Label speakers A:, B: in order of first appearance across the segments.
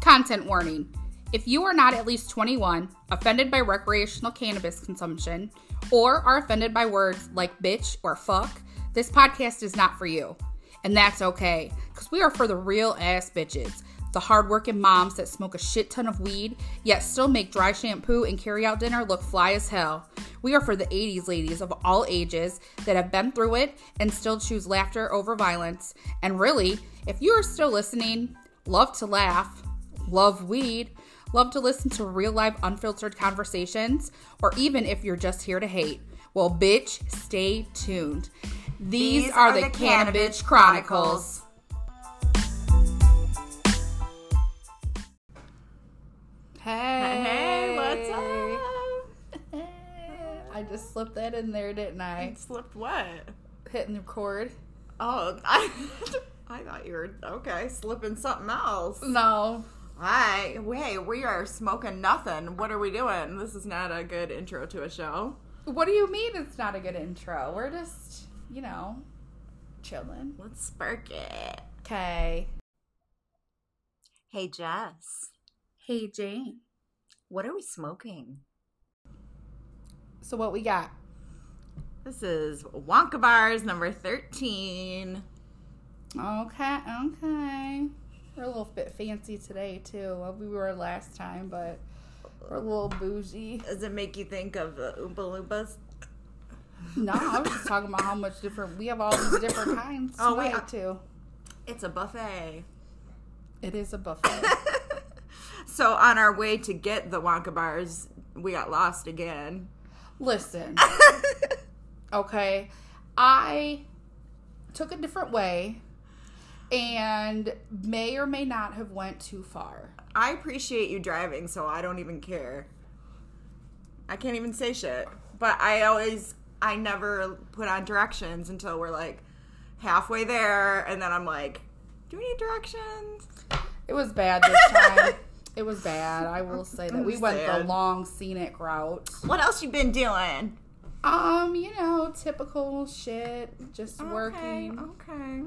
A: Content warning. If you are not at least 21, offended by recreational cannabis consumption, or are offended by words like bitch or fuck, this podcast is not for you. And that's okay, because we are for the real ass bitches, the hardworking moms that smoke a shit ton of weed, yet still make dry shampoo and carry out dinner look fly as hell. We are for the 80s ladies of all ages that have been through it and still choose laughter over violence. And really, if you are still listening, love to laugh, love weed, love to listen to real life unfiltered conversations, or even if you're just here to hate. Well, bitch, stay tuned. These, are, the, Cannabis Chronicles. Hey.
B: Hey, what's up?
A: I just slipped that in there, didn't I?
B: Slipped what?
A: Hitting the cord.
B: Oh, I, I thought you were okay. Slipping something else.
A: No.
B: Hi, hey, we are smoking nothing. What are we doing? This is not a good intro to a show.
A: What do you mean it's not a good intro? We're just, you know, chilling.
B: Let's spark it.
A: Okay.
B: Hey, Jess,
A: Hey, Jane.
B: what are we smoking?
A: So, what we got?
B: This is Wonka Bars number thirteen.
A: Okay, okay. We're a little bit fancy today, too. Well, we were last time, but we're a little bougie.
B: Does it make you think of the Oompa Loompas?
A: No, I was just talking about how much different we have all these different kinds.
B: Oh, wait.
A: tonight, too.
B: It's a buffet.
A: It is a buffet.
B: so on our way to get the Wonka Bars, we got lost again.
A: Listen. okay. I took a different way and may or may not have went too far.
B: I appreciate you driving, so I don't even care. I can't even say shit. But I always, I never put on directions until we're like halfway there, and then I'm like, do we need directions?
A: It was bad this time. it was bad. I will say that we went the
B: Understand.
A: long scenic route.
B: What else you been doing?
A: Um, you know, typical shit, just working,
B: Okay, okay.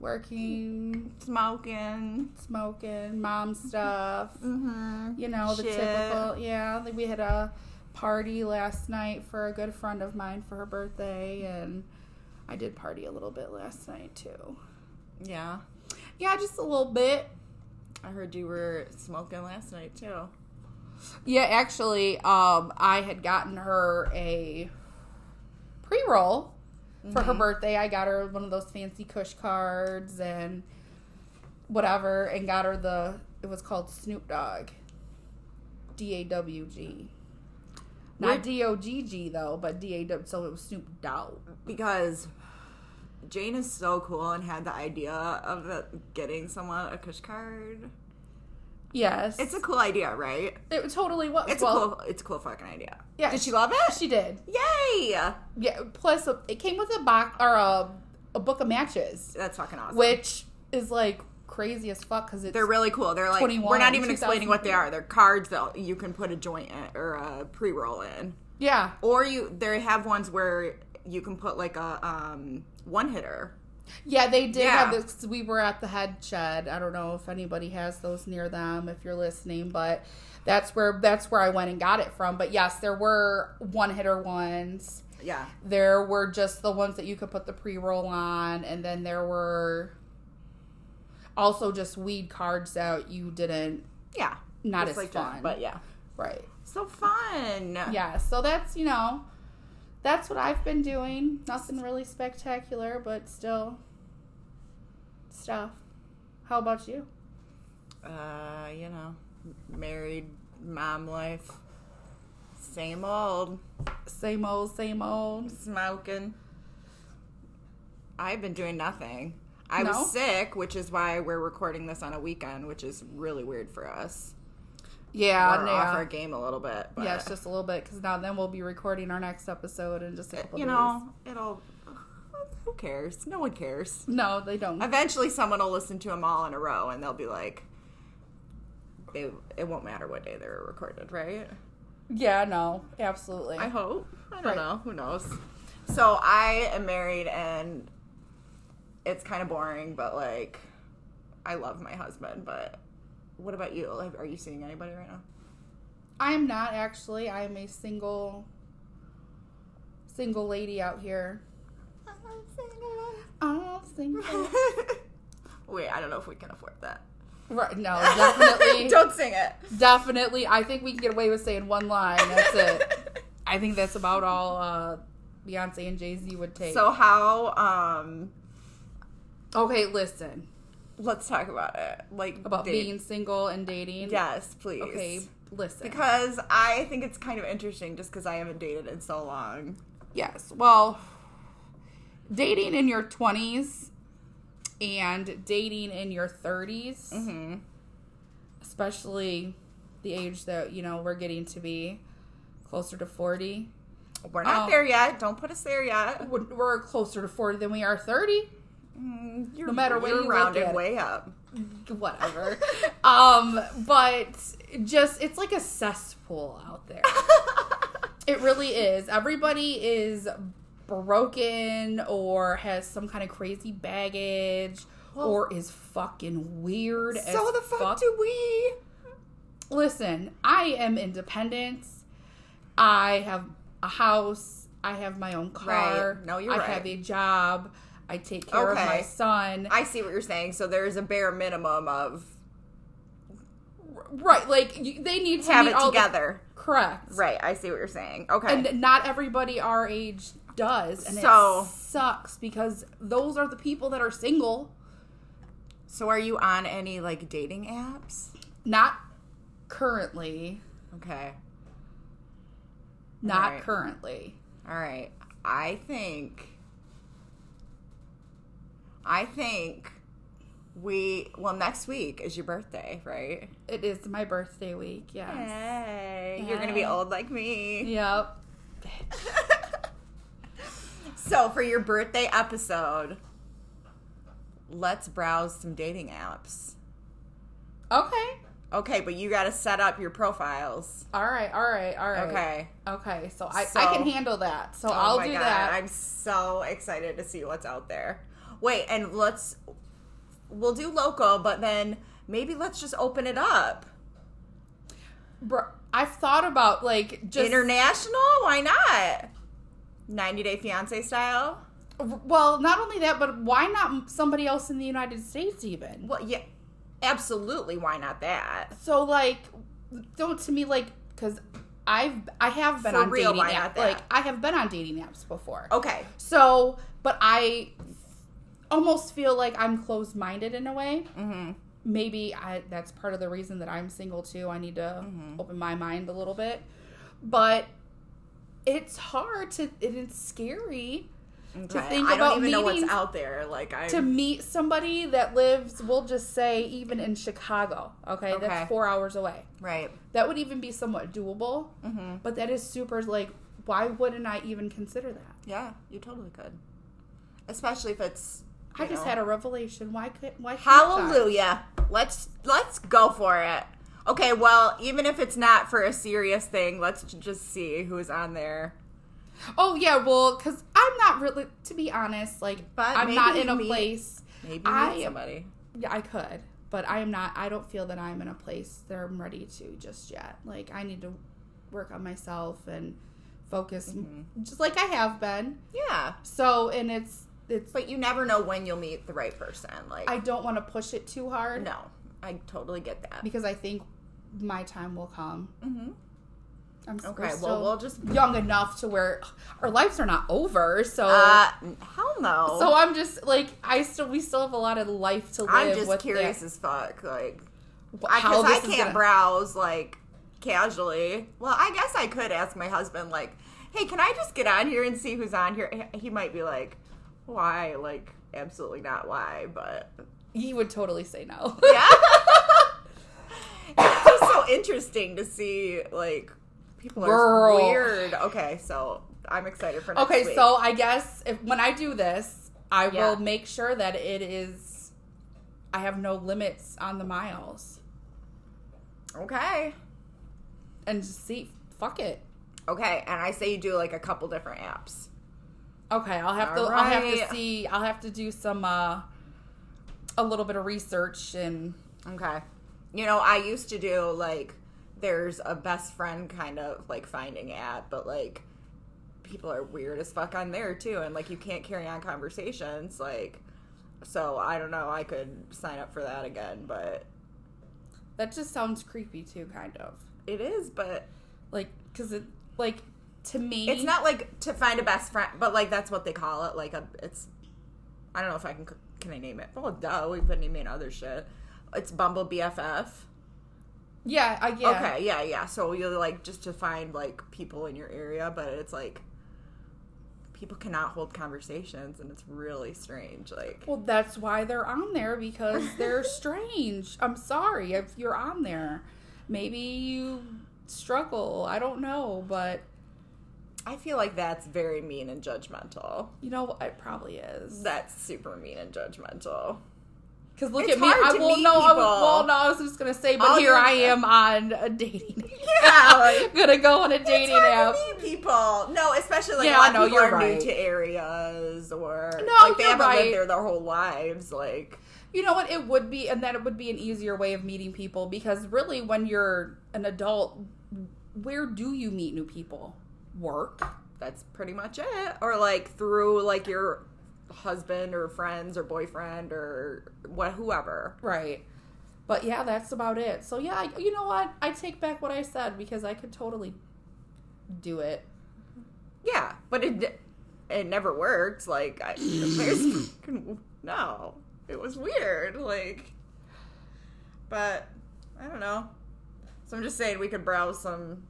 A: working,
B: Smoking.
A: smoking, mom stuff.
B: Mm-hmm.
A: You know, the
B: Shit.
A: typical. Yeah, like we had a party last night for a good friend of mine for her birthday, and I did party a little bit last night too.
B: Yeah.
A: Yeah, just a little bit.
B: I heard you were smoking last night, too.
A: Yeah, actually, um, I had gotten her a pre roll for
B: Mm-hmm.
A: her birthday. I got her one of those fancy Kush cards and whatever, and got her the. It was called Snoop Dogg. D A W G.
B: Where-
A: Not D O G G though, but D A W. So it was Snoop Dogg.
B: because Jane is so cool and had the idea of the, getting someone a Kush card.
A: Yes,
B: It's a cool idea, right?
A: it totally was.
B: It's
A: well,
B: a cool, it's a cool fucking idea.
A: Yeah,
B: Did she love it?
A: She did.
B: Yay!
A: Yeah. Plus, it came with a box or a, a book of matches.
B: That's fucking awesome.
A: which is like crazy as fuck because it's
B: they're really cool. They're like
A: 21,
B: we're not even explaining what they are. They're cards that you can put a joint in, or a pre-roll in,
A: yeah
B: or you they have ones where you can put like a um, one hitter.
A: yeah they did have
B: Yeah.
A: this we were at the head shed i don't know if anybody has those near them if you're listening but that's where that's where i went and got it from but yes there were one hitter ones
B: Yeah,
A: there were just the ones that you could put the pre-roll on and then there were also just weed cards that you didn't
B: yeah,
A: Not
B: Just
A: as
B: that,
A: fun.
B: but yeah,
A: right
B: so fun.
A: yeah so that's you know that's what i've been doing nothing really spectacular but still stuff how about you
B: uh, you know, married mom life, same old.
A: same old same old
B: smoking. I've been doing nothing. I
A: No?
B: was sick, which is why we're recording this on a weekend, which is really weird for us.
A: yeah
B: we're off our
A: Uh, yeah
B: game a little bit, but
A: yeah it's just a little bit because now then we'll be recording our next episode in just a couple
B: you
A: days.
B: know, it'll. Who cares? No one cares.
A: no they don't
B: Eventually, someone will listen to them all in a row, and they'll be like, "They it won't matter what day they were recorded, right?"
A: yeah no absolutely
B: I hope. I don't
A: Right.
B: know. Who knows? So I am married and it's kind of boring, but like I love my husband, but What about you? Like, Are you seeing anybody right now?
A: I am not actually. I am a single single lady out here. I'm single.
B: Wait, I don't know if we can afford that.
A: right, no, definitely.
B: don't sing it.
A: definitely. I think we can get away with saying one line. That's it. I think that's about all uh, Beyonce and Jay Z would take.
B: So how um
A: okay, listen
B: let's talk about it. Like
A: about
B: date-
A: being single and dating.
B: Yes, please.
A: Okay, listen.
B: Because I think it's kind of interesting just because I haven't dated in so long.
A: Yes. Well, dating in your 20s and dating in your 30s,
B: Hmm.
A: especially the age that, you know, we're getting to be closer to 40.
B: We're not
A: Oh.
B: there yet. Don't put us there yet.
A: We're we're closer to 40 than we are 30.
B: Mm, You're,
A: No matter what
B: you're
A: you look
B: rounded
A: at it.
B: way up.
A: Whatever. um, but just, it's like a cesspool out there. It really is. Everybody is broken or has some kind of crazy baggage
B: Well-
A: or is fucking weird. as
B: so the fuck, do we?
A: Listen, I am independent. I have a house. I have my own car.
B: Right. No, you're
A: I
B: right.
A: have a job. I take care of my
B: Okay.
A: son.
B: I see what you're saying. So there's a bare minimum of
A: right, like you, they need to
B: have
A: meet
B: it
A: all the-
B: together.
A: correct.
B: right. I see what you're saying. Okay.
A: and not everybody our age does and
B: So-
A: it sucks because those are the people that are single
B: so are you on any like dating apps?
A: not currently
B: Okay.
A: not
B: Right.
A: currently
B: All right. I think. I think we. Well, next week is your birthday, right?
A: it is my birthday week yes
B: Hey. You're going to be
A: Hey.
B: old like me.
A: yep
B: So, for your birthday episode, let's browse some dating apps.
A: okay
B: Okay, but you got to set up your profiles.
A: all right all right all right
B: Okay.
A: okay so i,
B: So-
A: I can handle that so
B: Oh
A: i'll
B: my
A: do
B: God,
A: that
B: I'm so excited to see what's out there. Wait, and let's we'll do local, but then maybe let's just open it up.
A: Bro, i've thought about like just
B: International? Why not? 90 Day Fiance style?
A: well not only that but why not somebody else in the united states even
B: Well, yeah. Absolutely, why not that?
A: So like, don't to me like because I've I have been
B: For
A: on
B: real, why
A: dating
B: not
A: apps.
B: that? Oh.
A: Like I have been on dating apps before.
B: Okay.
A: So, but I almost feel like I'm closed minded in a way.
B: Mhm.
A: Mm-hmm. Maybe I that's part of the reason that I'm single too. I need to
B: Mm-hmm.
A: open my mind a little bit, but it's hard to and it's scary
B: Okay.
A: think
B: I
A: about
B: don't even know what's
A: meeting-
B: out there. Like I
A: to meet somebody that lives. We'll just say even in Chicago. Okay,
B: Okay.
A: that's four hours away.
B: Right.
A: that would even be somewhat doable
B: Mm-hmm.
A: but that is super like why wouldn't i even consider that
B: Yeah, you totally could. Especially if it's
A: i just had a revelation why could why can't I?
B: Hallelujah. Let's let's go for it. Okay, well, even if it's not for a serious thing, let's j- just see who's on there.
A: oh yeah well because i'm not really to be honest like
B: But
A: i'm not
B: maybe
A: in a
B: meet-
A: place
B: Maybe
A: I
B: meet
A: am-
B: somebody.
A: yeah i could but i am not i don't feel that i'm in a place that i'm ready to just yet like i need to work on myself and focus
B: Mm-hmm.
A: just like i have been
B: Yeah,
A: so and it's it's
B: but you never know when you'll meet the right person. Like,
A: i don't want to push it too hard
B: no, I totally get that.
A: because i think my time will come
B: Mhm.
A: I'm s-
B: Okay,
A: we're
B: well,
A: still
B: we'll just-
A: young enough to where our lives are not over. So,
B: Uh, hell no.
A: so I'm just like I still we still have a lot of life to live.
B: I'm just
A: with
B: curious
A: that-
B: as fuck. Like,
A: wh-
B: I,
A: how
B: cause I
A: this is
B: can't
A: gonna-
B: browse like casually. Well, I guess I could ask my husband, like, "Hey, can I just get on here and see who's on here?" He might be like, "Why? Like, absolutely not. Why?" But
A: He would totally say no.
B: yeah, it's just so interesting to see like people are
A: Girl.
B: weird. Okay, so I'm excited for next
A: okay,
B: week.
A: so I guess if when I do this, I
B: Yeah.
A: will make sure that it is. I have no limits on the miles,
B: okay,
A: and just see. Fuck it.
B: okay, and I say you do like a couple different apps.
A: Okay, I'll have to.
B: All
A: I'll have
B: right.
A: to see. I'll have to do some. uh A little bit of research and
B: Okay. you know, I used to do like there's a best friend kind of like finding app, but like people are weird as fuck on there too, and like you can't carry on conversations. Like, so I don't know. I could sign up for that again, but
A: That just sounds creepy too, kind of.
B: it is. But
A: Like, because it, like, to me,
B: it's not like to find a best friend, but like that's what they call it. Like a, it's. I don't know if I can can I name it. Well, duh, we've been naming other shit. It's Bumble BFF.
A: Yeah, I, yeah.
B: Okay, yeah, yeah. So you're like just to find like people in your area, but it's like people cannot hold conversations, and it's really strange. Like,
A: Well, that's why they're on there because they're strange. I'm sorry if you're on there. Maybe you struggle. I don't know, but
B: I feel like that's very mean and judgmental.
A: you know what? It probably is.
B: That's super mean and judgmental.
A: Because look
B: It's
A: at me.
B: hard
A: I
B: to
A: will
B: meet
A: no. I
B: people.
A: was, well, no. I was just gonna say, but
B: All
A: here
B: your-
A: I am on a dating.
B: Yeah, like-
A: gonna go on a
B: It's
A: dating app.
B: hard to meet people. No, especially like
A: Yeah,
B: a lot
A: no,
B: of people
A: you're
B: are
A: right.
B: new to areas or
A: No,
B: like they
A: you're
B: haven't
A: right.
B: lived there their whole lives. Like,
A: You know what? It would be, and that it would be an easier way of meeting people because really, when you're an adult, where do you meet new people? Work.
B: that's pretty much it or like through like your husband or friends or boyfriend or what whoever
A: Right. But yeah, that's about it. So yeah, I- you know what? I take back what I said because I could totally do it.
B: yeah but it it never worked like I, there's no it was weird like but i don't know so i'm just saying we could browse some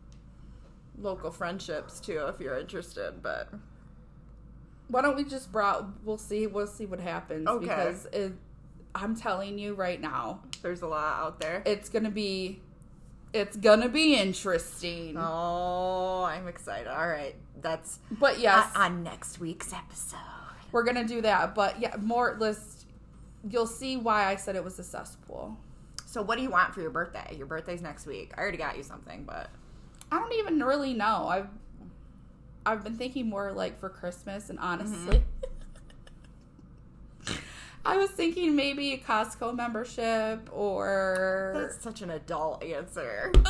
B: local friendships too if you're interested but
A: Why don't we just brow? We'll see. We'll see what happens.
B: Okay.
A: Because it, I'm telling you right now,
B: there's a lot out there
A: it's gonna be, it's gonna be interesting.
B: oh i'm excited all right that's
A: But yes,
B: on on next week's episode
A: we're gonna do that. But yeah, more list. You'll see why I said it was a cesspool.
B: So what do you want for your birthday? Your birthday's next week. I already got you something, but
A: I don't even really know. I've I've been thinking more like for Christmas and honestly I was thinking maybe a Costco membership or
B: that's such an adult answer.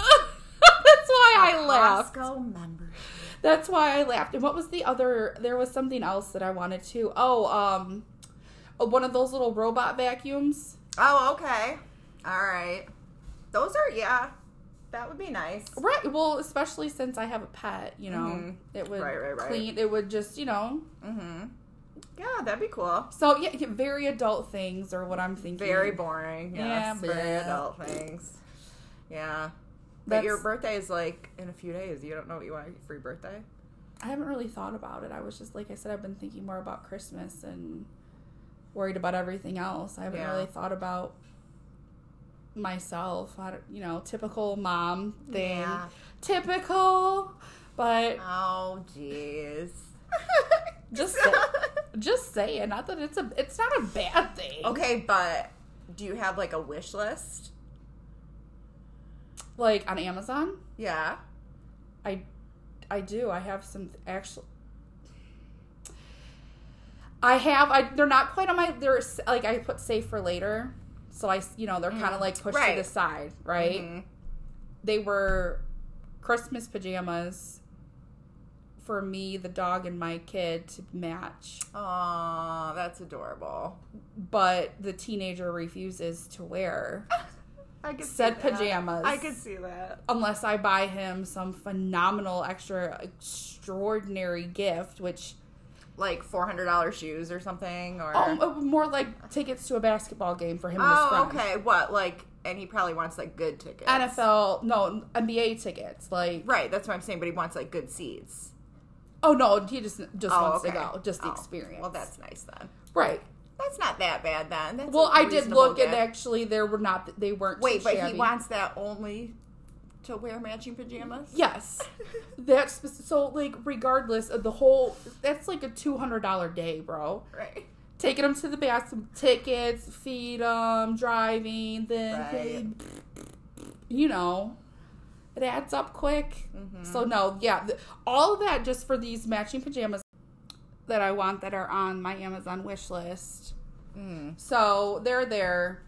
A: That's why I laughed.
B: Costco membership.
A: That's why I laughed. And what was the other there was something else that I wanted to oh um one of those little robot vacuums.
B: Oh, okay. All right. Those are yeah. That would be nice.
A: Right. Well, especially since I have a pet, you know,
B: Mhm.
A: it would
B: Right, right, right.
A: clean. It would just, you know.
B: Mm-hmm. Yeah, that'd be cool.
A: So yeah, yeah, very adult things are what I'm thinking.
B: Very boring.
A: Yeah,
B: Yes, very
A: bleh.
B: adult things. Yeah.
A: That's-
B: But your birthday is like in a few days. You don't know what you want for your birthday.
A: I haven't really thought about it. I was just like I said, I've been thinking more about Christmas and worried about everything else. I haven't
B: Yeah.
A: really thought about myself. I don't, you know, typical mom thing.
B: Yeah.
A: Typical, but
B: Oh, jeez.
A: just sa- just saying. Not that it's a it's not a bad thing.
B: okay, but do you have like a wish list?
A: Like on Amazon,
B: Yeah.
A: I I do. I have some actually. I have. I they're not quite on my. They're s- like I put save for later, so I s- you know they're kind of like pushed
B: right.
A: to the side, right?
B: Mhm.
A: They were Christmas pajamas for me, the dog, and my kid to match,
B: Aw, that's adorable.
A: but the teenager refuses to wear
B: I could
A: said
B: see that.
A: pajamas.
B: I could see that.
A: unless I buy him some phenomenal, extra, extraordinary gift, which.
B: Like four hundred dollars shoes or something, or
A: Um, uh, more like tickets to a basketball game for him and his
B: oh,
A: friend.
B: okay, what? Like, and he probably wants like good tickets.
A: NFL, no NBA tickets. Like,
B: right? That's what I'm saying. But he wants like good seats.
A: oh no, he just just
B: Oh,
A: wants
B: okay.
A: to go, just the
B: Oh,
A: experience.
B: Well, that's nice then.
A: right.
B: That's not that bad then. That's
A: Well,
B: a
A: I did
B: reasonable
A: look, and
B: gift.
A: actually, there were not. They weren't. too
B: Wait, but he
A: shabby.
B: wants that only to wear matching pajamas.
A: Yes, that's spec- so. Like, regardless of the whole, that's like a two hundred dollar day, bro.
B: Right.
A: Taking him to the bathroom, tickets, feed him, driving, then
B: Right.
A: you know, it adds up quick.
B: Mm-hmm.
A: So no, yeah, th- all of that just for these matching pajamas that I want that are on my Amazon wish list.
B: Mm.
A: So they're there.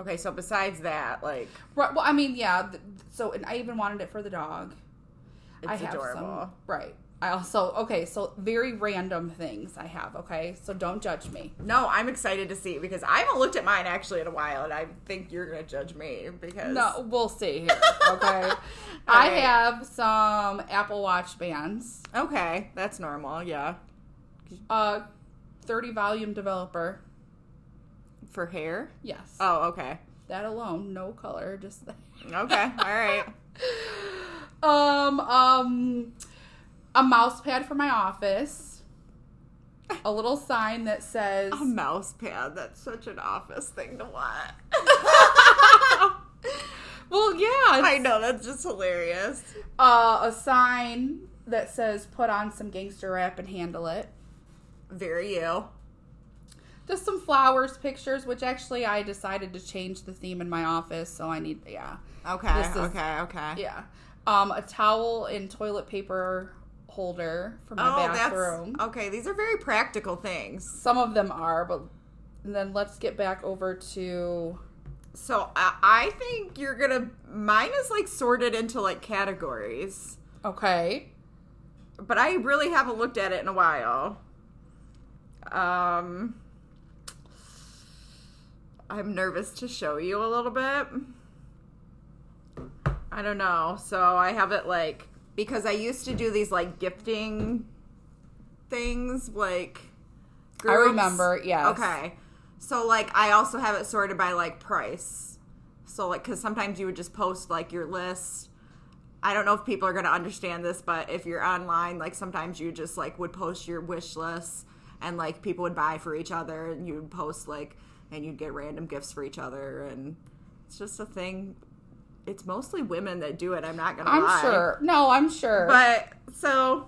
B: Okay, so besides that, like
A: Right. Well, I mean, yeah. th- So, and I even wanted it for the dog.
B: it's adorable.
A: right. I also okay. So very random things I have. Okay. So don't judge me.
B: No, I'm excited to see because I haven't looked at mine actually in a while, and I think you're gonna judge me because
A: No, we'll see here. Okay. I
B: Alright.
A: have some Apple Watch bands.
B: Okay, that's normal. Yeah,
A: Uh, thirty volume developer.
B: for hair.
A: Yes.
B: Oh, okay,
A: that alone, no color, just that.
B: okay, all right.
A: Um, um, a mouse pad for my office. A little sign that says
B: A mouse pad. That's such an office thing to want.
A: Well, yeah.
B: I know that's just hilarious.
A: Uh, a sign that says "Put on some gangster rap and handle it."
B: Very you.
A: Just some flowers, pictures. Which actually, I decided to change the theme in my office, so I need yeah,
B: Okay.
A: This is-
B: okay. Okay.
A: yeah. Um, a towel and toilet paper holder for my
B: Oh,
A: bathroom.
B: that's okay. These are very practical things.
A: Some of them are, but and then let's get back over to
B: So I, I think you're gonna. Mine is like sorted into like categories,
A: okay.
B: but I really haven't looked at it in a while. Um, I'm nervous to show you a little bit. I don't know. So I have it like because I used to do these like gifting things, like.
A: I remember, yes.
B: Okay. So like I also have it sorted by like price. So like cuz sometimes you would just post like your list. I don't know if people are going to understand this, but if you're online, like sometimes you just like would post your wish list and like people would buy for each other and you'd post like and you'd get random gifts for each other and it's just a thing. It's mostly women that do it. I'm not going to
A: I'm
B: lie.
A: sure. No, I'm sure.
B: But so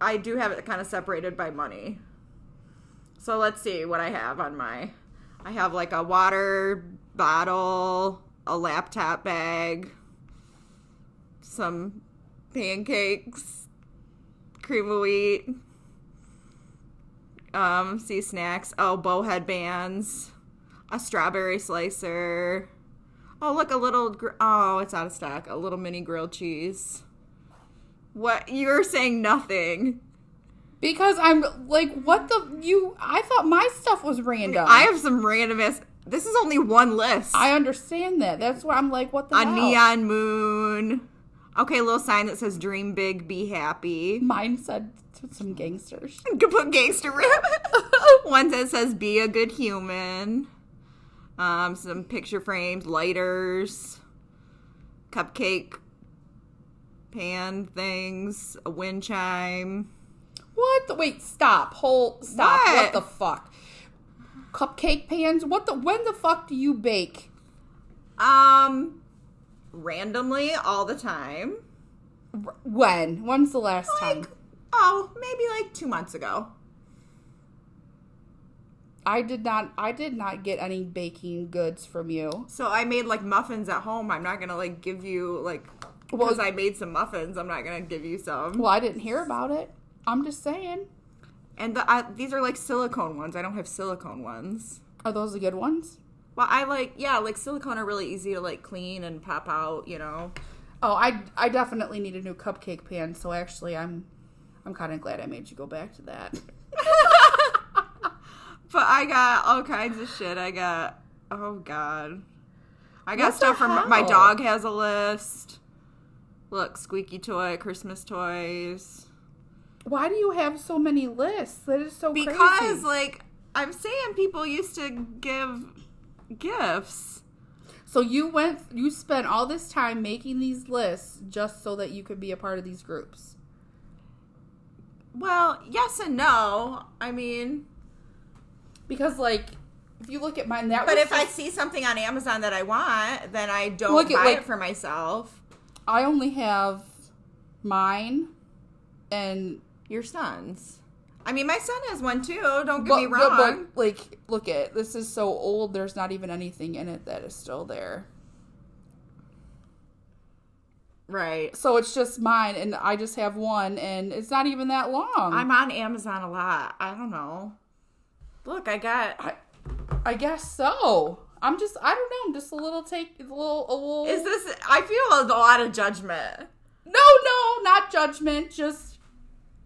B: I do have it kind of separated by money. So let's see what I have on my. I have like a water bottle, a laptop bag, some pancakes, cream of wheat, um, sea snacks, oh, bow headbands, a strawberry slicer. Oh, look, a little. Gr- oh, it's out of stock. A little mini grilled cheese. What you're saying nothing.
A: because I'm like, what the you? I thought my stuff was random.
B: I have some random ass. This is only one list.
A: I understand that. That's why I'm like, what the
B: a
A: hell?
B: neon moon. Okay, little sign that says "Dream big, be happy."
A: Mine said to some gangsters.
B: Could put gangster rap. One that says "Be a good human." Um, some picture frames, lighters, cupcake pan things, a wind chime.
A: What the? Wait, stop. Hold. Stop. What,
B: What?
A: the fuck? Cupcake pans. What the? When the fuck do you bake?
B: Um, randomly all the time.
A: R- When? When's the last
B: Like,
A: time?
B: oh, maybe like two months ago.
A: I did not. I did not get any baking goods from you.
B: So I made like muffins at home. I'm not gonna like give you like
A: Well-
B: because I made some muffins. I'm not gonna give you some.
A: Well, I didn't hear about it. I'm just saying.
B: And the, I, these are like silicone ones. I don't have silicone ones.
A: Are those the good ones?
B: Well, I like yeah, like silicone are really easy to like clean and pop out. You know.
A: Oh, I I definitely need a new cupcake pan. So actually, I'm I'm kind of glad I made you go back to that.
B: But I got all kinds of shit. I got oh god, I got
A: What the
B: stuff from my
A: hell?
B: dog has a list. Look, squeaky toy, Christmas toys.
A: Why do you have so many lists? That is so
B: Because
A: crazy.
B: like I'm saying, people used to give gifts.
A: So you went, you spent all this time making these lists just so that you could be a part of these groups.
B: Well, yes and no. I mean,
A: Because like, if you look at mine, that
B: but
A: was
B: if I
A: just-
B: see something on Amazon that I want, then I don't
A: Look at,
B: buy
A: like-
B: it for myself.
A: I only have mine, and
B: Your son's. I mean, my son has one too. Don't get
A: but,
B: me
A: but-
B: wrong.
A: but, like, look at this is so old. There's not even anything in it that is still there.
B: right.
A: So it's just mine, and I just have one, and it's not even that long.
B: I'm on Amazon a lot. I don't know. Look, I got
A: I guess so. I'm just I don't know. I'm just a little take a little a little.
B: Is this? I feel a lot of judgment.
A: no no not judgment. Just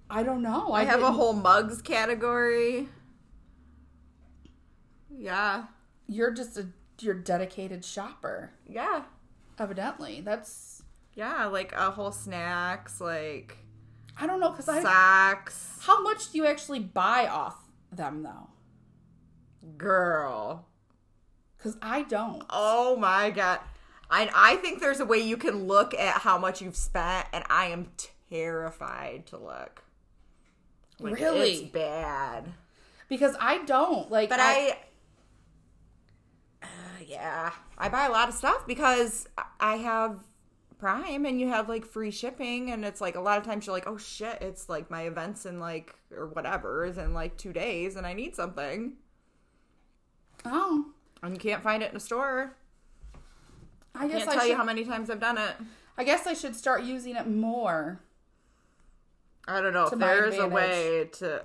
A: I don't know.
B: I have a
A: didn't-
B: whole mugs category. Yeah.
A: You're just a you're a dedicated shopper.
B: Yeah.
A: Evidently, that's
B: Yeah, like a whole snacks, like
A: I don't know because I
B: socks.
A: how much do you actually buy off them though?
B: Girl.
A: Because I don't.
B: Oh my god. I I think there's a way you can look at how much you've spent and I am terrified to look. Like,
A: Really?
B: It's bad.
A: because I don't like.
B: But I, Uh, yeah, I buy a lot of stuff because I have Prime and you have like free shipping, and it's like a lot of times you're like, oh shit, it's like my events in like or whatever is in like two days, and I need something,
A: oh
B: and you can't find it in a store.
A: I
B: I
A: guess
B: can't
A: I
B: tell
A: should,
B: you how many times I've done it.
A: I guess I should start using it more.
B: I don't know
A: To
B: if
A: my
B: there is a
A: advantage.
B: way to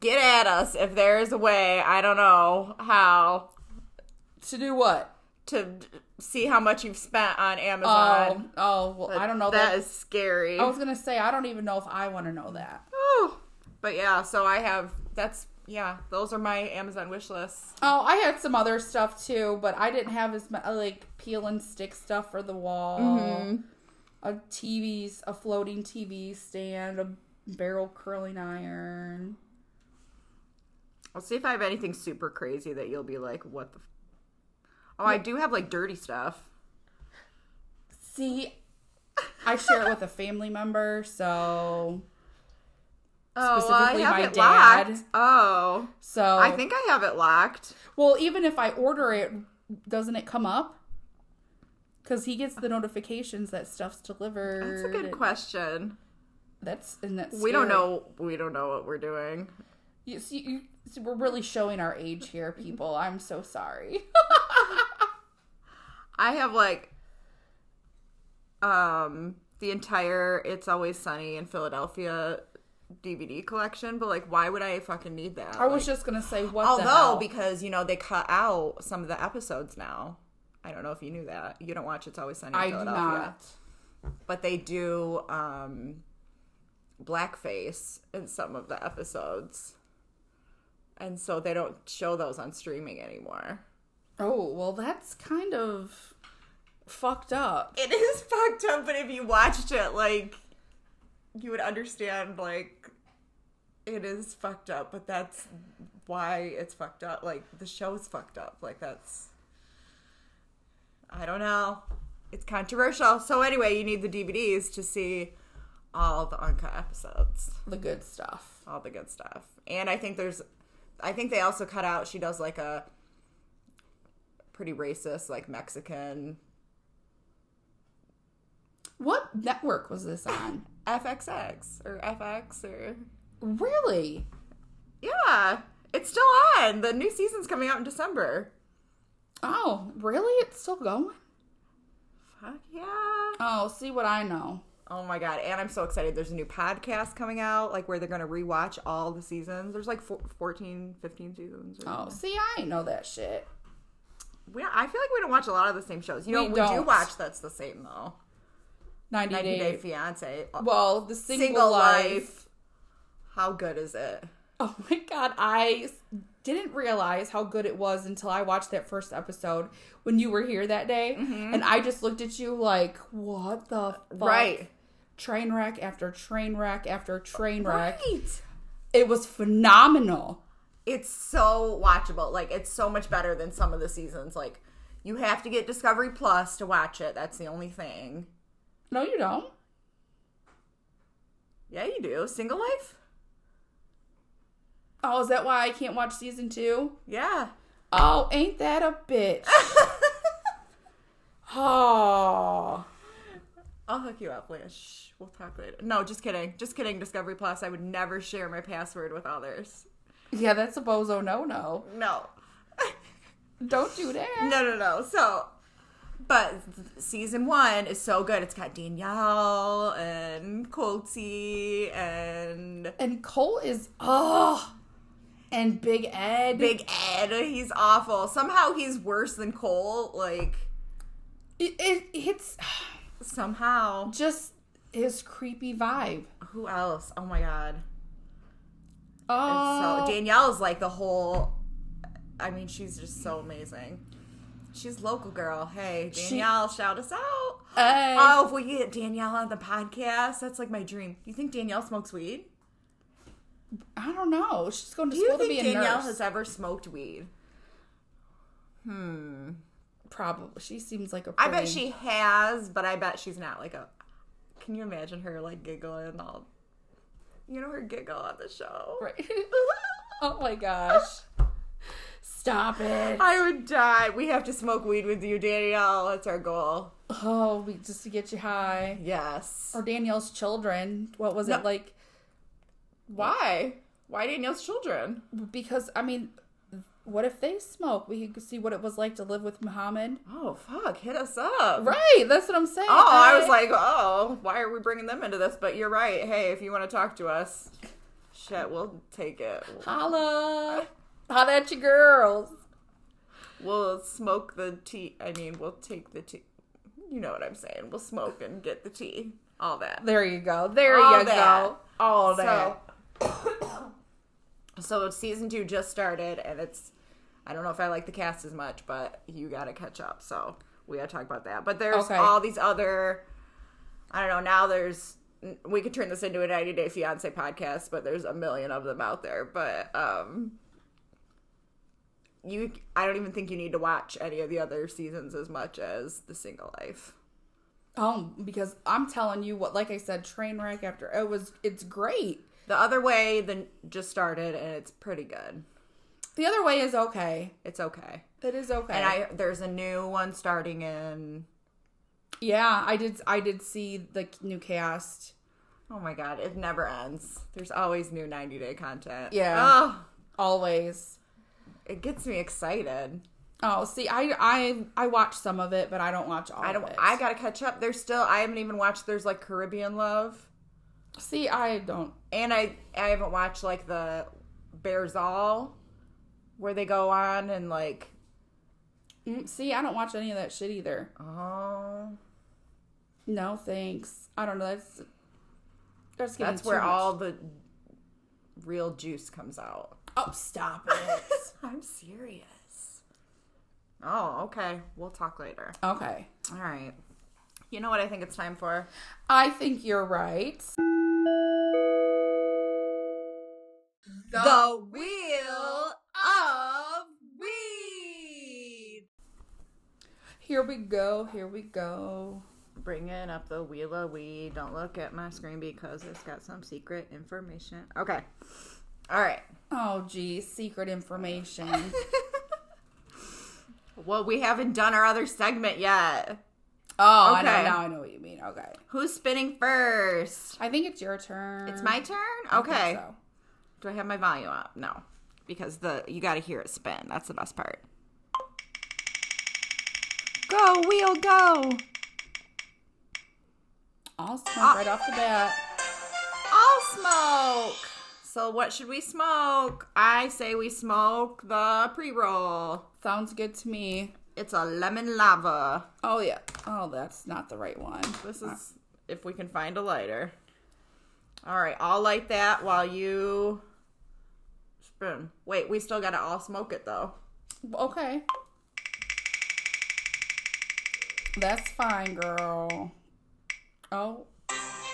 B: get at us. If there is a way, I don't know how
A: To do what?
B: to d- see how much you've spent on Amazon.
A: Oh, oh, well, I don't know
B: That
A: that.
B: is scary.
A: I was gonna say I don't even know if I want to know that.
B: Whew. but yeah, so I have that's yeah, those are my Amazon wish lists.
A: Oh, I had some other stuff too, but I didn't have as much like peel and stick stuff for the wall,
B: Mm-hmm.
A: a TVs, a floating TV stand, a barrel curling iron.
B: I'll see if I have anything super crazy that you'll be like, what the f-? Oh, I do have like dirty stuff.
A: See, I share it with a family member, so
B: Oh,
A: Specifically my dad.
B: locked. Oh,
A: so
B: I think I have it locked.
A: Well, even if I order it, doesn't it come up? Because he gets the notifications that stuff's delivered.
B: That's a good question.
A: That's and that's
B: We don't
A: scary.
B: know. We don't know what we're doing.
A: You, see, you, see, we're really showing our age here,
B: Mm-hmm.
A: people. I'm so sorry.
B: I have like, um, the entire "It's Always Sunny in Philadelphia" DVD collection. But like, why would I fucking need that?
A: I
B: Like-
A: was just gonna say what. the
B: Although,
A: hell?
B: because you know they cut out some of the episodes now. I don't know if you knew that. You don't watch It's Always Sunny in
A: I do
B: Philadelphia,
A: not.
B: but they do um, blackface in some of the episodes, and so they don't show those on streaming anymore.
A: Oh well, that's kind of fucked up.
B: It is fucked up, but if you watched it, like you would understand. Like it is fucked up, but that's why it's fucked up. Like the show's fucked up. Like that's I don't know. It's controversial. So anyway, you need the DVDs to see all the uncut episodes,
A: The good stuff.
B: all the good stuff. And I think there's, I think they also cut out. She does like a pretty racist, like Mexican
A: What network was this on?
B: FXX or FX or
A: really?
B: yeah, it's still on. The new season's coming out in December.
A: Oh, really? It's still going?
B: Fuck yeah!
A: Oh, see what I know.
B: Oh my god, and I'm so excited. There's a new podcast coming out, like where they're gonna rewatch all the seasons. There's like four, 14, 15 seasons. Or
A: Oh, see, I ain't know that shit.
B: We don't- I feel like we don't watch a lot of the same shows. You know,
A: We
B: we, do
A: don't.
B: watch that's the same though.
A: 90,
B: 90
A: Day
B: Day Fiance,
A: Well, the single,
B: Single
A: life.
B: Life. How good is it?
A: Oh my god, I s- didn't realize how good it was until I watched that first episode when you were here that day,
B: Mm-hmm.
A: and I just looked at you like, "What the fuck?
B: Right.
A: Train wreck after train wreck after train wreck.
B: Right.
A: It was phenomenal.
B: it's so watchable. Like it's so much better than some of the seasons. Like you have to get Discovery Plus to watch it. That's the only thing.
A: No, you don't.
B: Yeah, you do. Single Life?
A: Oh, is that why I can't watch season two?
B: Yeah.
A: Oh, ain't that a bitch? oh,
B: I'll hook you up, Leah. Shh, we'll talk later. No, just kidding. Just kidding, Discovery Plus. I would never share my password with others.
A: yeah, that's a bozo no no.
B: No.
A: Don't do that.
B: No, no, no. So, but season one is so good. It's got Danielle and Colty and
A: And Cole is oh, and Big Ed.
B: Big Ed, he's awful. Somehow he's worse than Cole. Like
A: It, it, it's
B: somehow.
A: just his creepy vibe.
B: Who else? Oh my god.
A: Oh,
B: So Danielle's like the whole. I mean, she's just so amazing. She's local girl. Hey, Danielle, shout us out.
A: Hey.
B: Oh, if we get Danielle on the podcast, that's like my dream. You think Danielle smokes weed?
A: I don't know. She's going to
B: Do you
A: school to be
B: think
A: a
B: Danielle
A: nurse.
B: has ever smoked weed?
A: Probably. She seems like a.
B: I
A: Pretty,
B: bet she has, but I bet she's not like a. Can you imagine her like giggling all? You know her giggle on the show.
A: Right. oh my gosh! Stop it!
B: I would die. We have to smoke weed with you, Danielle. That's our goal.
A: Oh, we, just to get you high.
B: Yes.
A: Or Danielle's children. What was
B: No.
A: it like?
B: Why? Why Danielle's children?
A: Because I mean, what if they smoke? We could see what it was like to live with Muhammad.
B: Oh fuck! Hit us up.
A: Right. That's what I'm saying.
B: Oh, I was
A: Uh,
B: like, oh, why are we bringing them into this? But you're right. Hey, if you want to talk to us, shit, we'll take it.
A: holla, holla at you girls.
B: We'll smoke the tea. I mean, we'll take the tea. You know what I'm saying? We'll smoke and get the tea. All that.
A: There you go. There
B: All
A: you
B: that.
A: go. All
B: So,
A: that.
B: so season two just started, and it's I don't know if I like the cast as much, but you got to catch up. So we got to talk about that. But there's
A: Okay.
B: all these other I don't know. Now there's we could turn this into a 90 Day Fiance podcast, but there's a million of them out there. But um you I don't even think you need to watch any of the other seasons as much as The Single Life.
A: Oh, because I'm telling you what, like I said, train wreck after it was. It's great.
B: The other way then just started and it's pretty good.
A: The other way is okay.
B: It's okay.
A: That is okay.
B: And I there's a new one starting in
A: yeah, I did. I did see the new cast.
B: Oh my god, it never ends. There's always new 90 day content.
A: Yeah.
B: Oh,
A: Always.
B: it gets me excited.
A: Oh, see, I I I watch some of it, but I don't watch all.
B: I don't
A: Of it.
B: I got to catch up. There's still I haven't even watched there's like Caribbean Love
A: see. I don't.
B: and I I haven't watched like the Bears All where they go on and like
A: mm, See, I don't watch any of that shit either.
B: oh
A: No, thanks. I don't know. That's that's getting
B: that's
A: too
B: where
A: much.
B: all the real juice comes out.
A: Oh, stop it.
B: I'm serious. Oh, okay. We'll talk later.
A: okay,
B: All right. You know what I think it's time for?
A: I think you're right.
B: The Wheel of Weed.
A: Here we go. Here we go.
B: Bringing up the Wheel of Weed. Don't look at my screen because it's got some secret information. Okay. All right.
A: Oh, geez, secret information.
B: Well, we haven't done our other segment yet.
A: Oh, I know.
B: Okay.
A: Now I know what you mean. Okay,
B: Who's spinning first?
A: I think it's your turn.
B: It's my turn?
A: I think
B: Okay.
A: so.
B: Do I have my volume up? No. Because the you got to hear it spin. That's the best part. Go, wheel, go.
A: I'll smoke
B: Ah.
A: right off the bat.
B: I'll smoke. So what should we smoke? I say we smoke the pre-roll.
A: Sounds good to me.
B: It's a lemon lava.
A: Oh yeah. Oh, that's not the right one.
B: This is if we can find a lighter. All right, I'll light that while you spoon. Wait, we still got to all smoke it though.
A: Okay. That's fine, girl. Oh,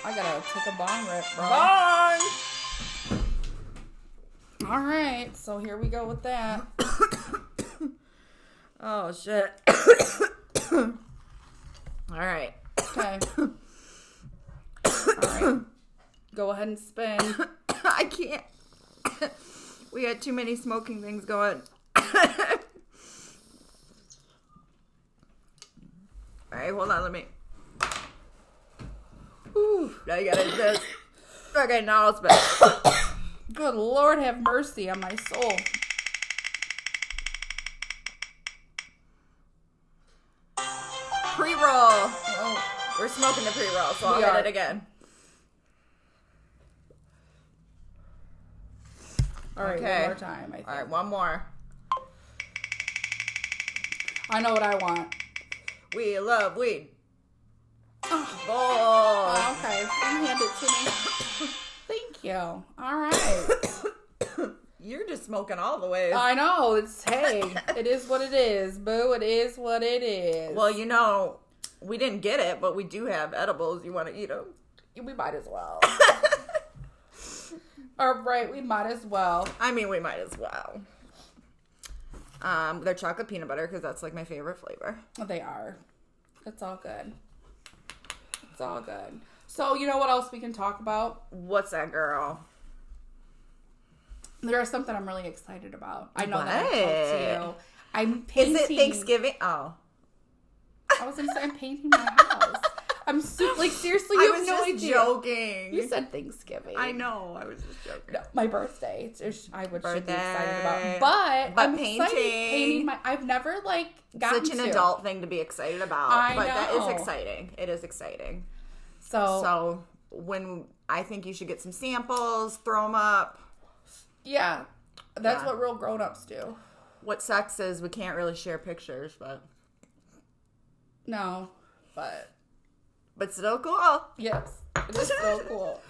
A: I gotta take a bong rip, bro. All right, so here we go with that.
B: Oh shit. all right.
A: Okay. All right. Go ahead and spin.
B: I can't. we had too many smoking things going. All right, hold on. Let me. Ooh, now you gotta do this. Okay, now it's back.
A: Good Lord, have mercy on my soul.
B: Pre roll.
A: Oh,
B: We're smoking the pre roll, so I'll
A: We
B: hit
A: are.
B: it again.
A: All right,
B: Okay.
A: one more time. I, think.
B: All right, one more.
A: I know what I want.
B: We love weed.
A: Oh,
B: Oh,
A: okay. You hand it to me. Thank you. All right.
B: you're just smoking all the way.
A: I know. It's hey. It is what it is, boo. It is what it is.
B: well, you know, we didn't get it, but we do have edibles. You want to eat them?
A: we might as well. All right, we might as well.
B: I mean, we might as well. Um, they're chocolate peanut butter because that's like my favorite flavor.
A: They are. It's all good. It's all good. So you know what else we can talk about?
B: What's that, girl?
A: There is something I'm really excited about. I know that I talked to you. I'm painting.
B: Is it Thanksgiving? Oh,
A: I was gonna say I'm painting my house. I'm super like seriously. You
B: I was
A: have no
B: just
A: idea.
B: joking.
A: You said Thanksgiving.
B: I know. I was just joking.
A: My birthday. It's, it's- I would should be excited
B: Birthday.
A: about. But
B: But
A: I'm excited
B: painting.
A: painting my. I've never like gotten
B: Such an
A: to.
B: adult thing to be excited about,
A: I
B: but that
A: know. Oh.
B: is exciting. It is exciting.
A: So,
B: So when I think you should get some samples, throw them up.
A: yeah, that's
B: Yeah.
A: what real grown ups do.
B: What sucks is we can't really share pictures, but
A: No, but
B: but still cool.
A: yes, it is so cool.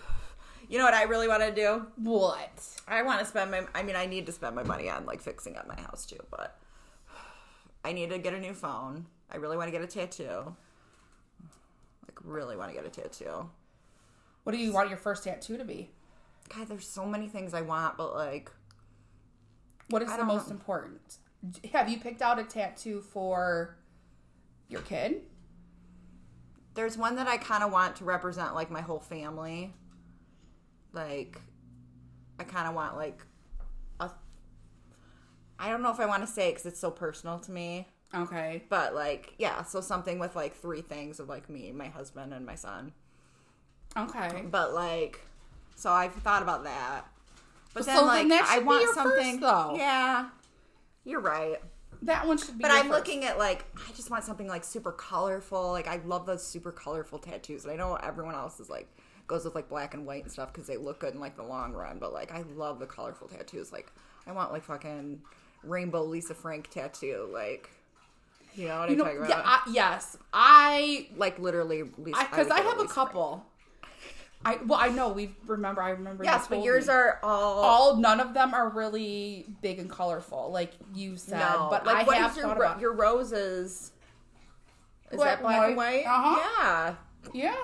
B: You know what I really want to do?
A: What?
B: I want to spend my. I mean, I need to spend my money on like fixing up my house too, but I need to get a new phone. I really want to get a tattoo. Like, really want to get a tattoo.
A: What do you want your first tattoo to be?
B: God, there's so many things I want, but like,
A: What is the
B: don't
A: most
B: know.
A: important? D- Have you picked out a tattoo for your kid?
B: there's one that I kind of want to represent like my whole family. Like, I kind of want like a. I don't know if I want to say it because it's so personal to me.
A: Okay.
B: But like, yeah, so something with like three things of like me, my husband, and my son.
A: Okay.
B: But like, so I've thought about that. But
A: So
B: then
A: then
B: like,
A: that
B: I
A: should be
B: want
A: your first,
B: something.
A: though.
B: Yeah, you're right.
A: That one should be.
B: But
A: your
B: I'm
A: first.
B: looking at like, I just want something like super colorful. Like I love those super colorful tattoos, and I know everyone else is like goes with like black and white and stuff because they look good in like the long run. But like, I love the colorful tattoos. Like I want like fucking rainbow Lisa Frank tattoo. Like, you know what I'm
A: You know,
B: talking about?
A: yeah, I, yes, I
B: like literally Lisa.
A: because
B: would
A: I,
B: go to
A: have a
B: Lisa
A: couple. I well, I know we remember. I remember.
B: Frank.
A: you
B: Yes, but
A: told
B: yours
A: me.
B: are all
A: all. None of them are really big and colorful, like you said.
B: No,
A: but
B: like
A: I
B: what
A: have
B: is your
A: thought
B: ro-
A: about.
B: your roses? Is
A: What,
B: that black and
A: white?
B: white?
A: Uh-huh.
B: Yeah.
A: yeah,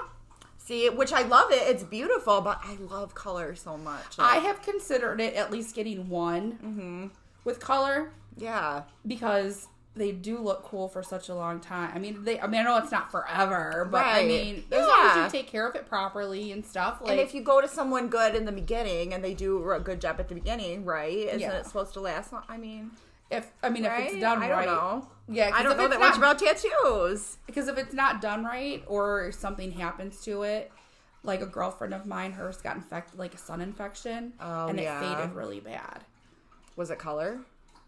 B: See, which I love it. It's beautiful, but I love color so much.
A: I
B: Like,
A: have considered it at least getting one
B: Mm-hmm.
A: with color
B: yeah.
A: because they do look cool for such a long time. I mean, they. I mean, I know it's not forever, but I
B: Right.
A: mean, as long as
B: Yeah.
A: you take care of it properly and stuff, like
B: and if you go to someone good in the beginning and they do a good job at the beginning, right? Isn't
A: Yeah.
B: it supposed to last long? I mean,
A: if- I mean,
B: right?
A: if it's done
B: I don't
A: right,
B: know.
A: yeah, 'cause
B: I don't
A: if
B: know
A: it's
B: that
A: not
B: much about tattoos.
A: because if it's not done right or something happens to it like a girlfriend of mine hers got infected like a sun infection
B: Oh,
A: and it
B: yeah.
A: faded really bad
B: Was it color?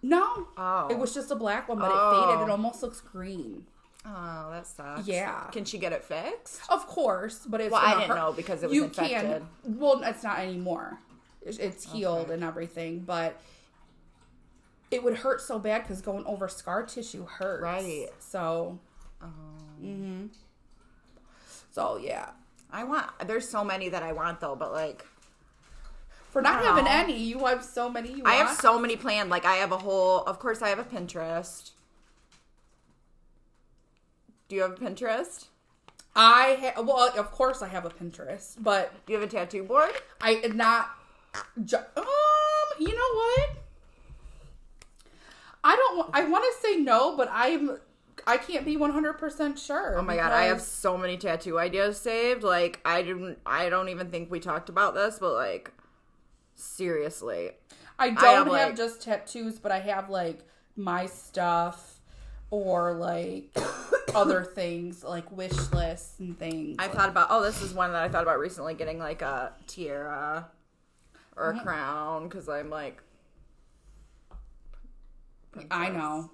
A: no
B: Oh.
A: it was just a black one but it
B: Oh.
A: faded it almost looks green
B: Oh, that sucks.
A: Yeah.
B: Can she get it fixed?
A: of course but it's
B: Well, I
A: not
B: didn't
A: her-
B: know because it was infected.
A: well it's not anymore It's- it's healed and everything but it would hurt so bad because going over scar tissue hurts
B: Right. Oh.
A: so hmm so yeah
B: I want. There's so many that I want though, but like
A: For not
B: Wow.
A: having any, you have so many. You
B: I have
A: want.
B: so many planned. Like I have a whole. Of course, I have a Pinterest. Do you have a Pinterest?
A: I ha- well, of course, I have a Pinterest, but
B: Do you have a tattoo board?
A: I did not. ju- Um, you know what? I don't. wa- I want to say no, but I'm. I can't be one hundred percent sure.
B: Oh my god, I have so many tattoo ideas saved. Like I didn't. I don't even think we talked about this, but like seriously,
A: I don't
B: I
A: have,
B: have, like-
A: just tattoos, but I have like my stuff or like other things like wish lists and things.
B: I thought about. Oh, this is one that I thought about recently getting like a tiara or a crown because I'm like
A: I know.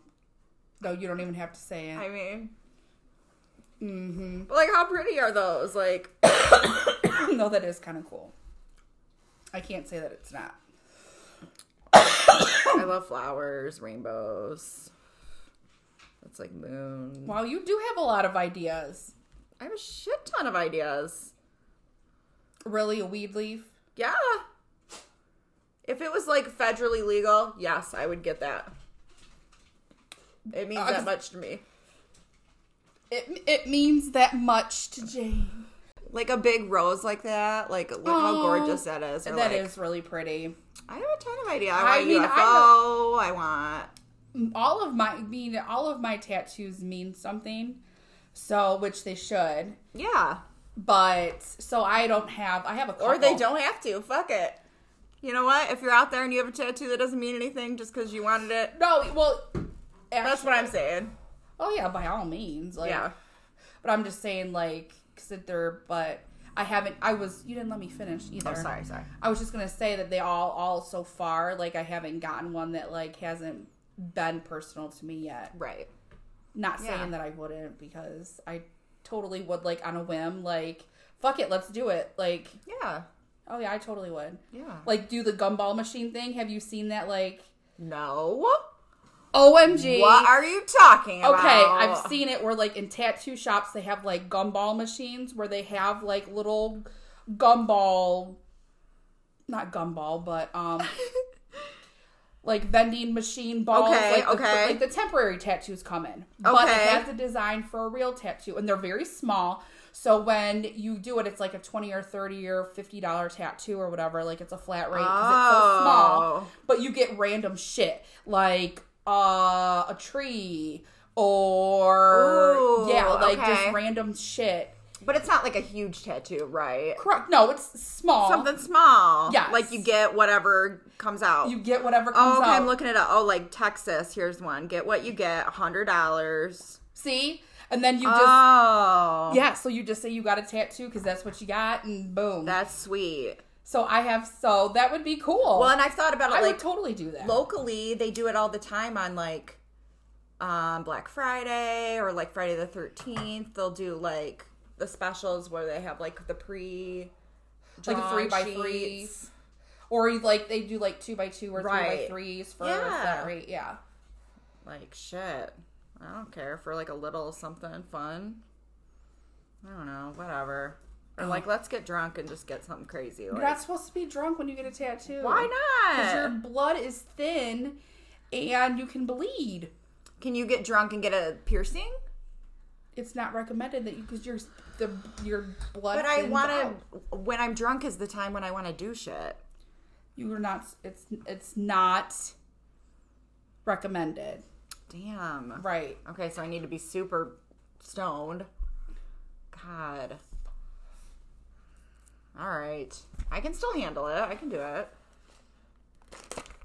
A: No, you don't even have to say it.
B: I mean. Mm-hmm. But like, how pretty are those? Like,
A: No, that is kind of cool. I can't say that it's not.
B: I love flowers, rainbows. That's like moon.
A: Wow, you do have a lot of ideas.
B: I have a shit ton of ideas.
A: Really, a weed leaf?
B: Yeah. If it was like federally legal, yes, I would get that. It means
A: Uh, 'cause-
B: that much to me.
A: It, it means that much to Jane.
B: Like a big rose like that. Like look
A: Aw.
B: how gorgeous that is. Or
A: That
B: like,
A: is really pretty.
B: I have a ton of idea. I,
A: I
B: want
A: mean,
B: a
A: I
B: UFO. I, want.
A: all of my I mean all of my tattoos mean something so which they should
B: Yeah.
A: but so i don't have i have a couple.
B: Or they don't have to. Fuck it. You know what? If you're out there and you have a tattoo that doesn't mean anything just because you wanted it,
A: no well
B: that's
A: actually-
B: what I'm saying.
A: oh yeah by all means like
B: Oh, yeah.
A: but i'm just saying like sit there but i haven't i was you didn't let me finish either
B: Oh, sorry, sorry.
A: i was just gonna say that they all all so far like i haven't gotten one that like hasn't been personal to me yet
B: Right.
A: not
B: Yeah.
A: saying that I wouldn't because I totally would like on a whim like fuck it let's do it like
B: Yeah.
A: oh yeah I totally would
B: Yeah.
A: like do the gumball machine thing have you seen that like
B: No.
A: OMG
B: What are you talking about?
A: okay I've seen it where like in tattoo shops they have like gumball machines where they have like little gumball not gumball but um like vending machine balls
B: Okay,
A: like the,
B: okay.
A: like the temporary tattoos come in but it
B: Okay.
A: has a design for a real tattoo and they're very small so when you do it it's like a 20 or 30 or 50 dollar tattoo or whatever like it's a flat rate 'cause it's so small
B: Oh.
A: but you get random shit like uh, a tree or
B: Ooh,
A: yeah like just
B: okay.
A: random shit
B: But it's not like a huge tattoo, right?
A: correct no it's small
B: Something small.
A: Yes.
B: Like you get whatever comes out.
A: you get whatever comes
B: oh, okay.
A: out
B: I'm looking it up. Oh, like Texas. Here's one. Get what you get. Hundred dollars.
A: see and then you just
B: Oh.
A: Yeah, so you just say you got a tattoo because that's what you got, and boom.
B: That's sweet.
A: so I have, so that would be cool.
B: Well, and I've thought about it.
A: I
B: like
A: would totally do that.
B: locally, they do it all the time on like um, Black Friday or like Friday the Thirteenth. They'll do like the specials where they have like the pre,
A: Like a three
B: drawn
A: by three.
B: sheets.
A: Or you, like they do like two by two or three by
B: Right.
A: threes for
B: Yeah.
A: that rate. Yeah.
B: Like shit, I don't care for like a little something fun. I don't know, whatever. Or like, let's get drunk and just get something crazy. Like,
A: You're not supposed to be drunk when you get a tattoo.
B: why
A: Because your
B: not?
A: blood is thin and you can bleed.
B: Can you get drunk and get a piercing?
A: It's not recommended that you because your the your blood.
B: But I
A: thins
B: want
A: out.
B: to. When I'm drunk is the time when I want to do shit.
A: You are not. It's it's not recommended.
B: Damn.
A: Right.
B: Okay, so I need to be super stoned. God. All right. I can still handle it. I can do it.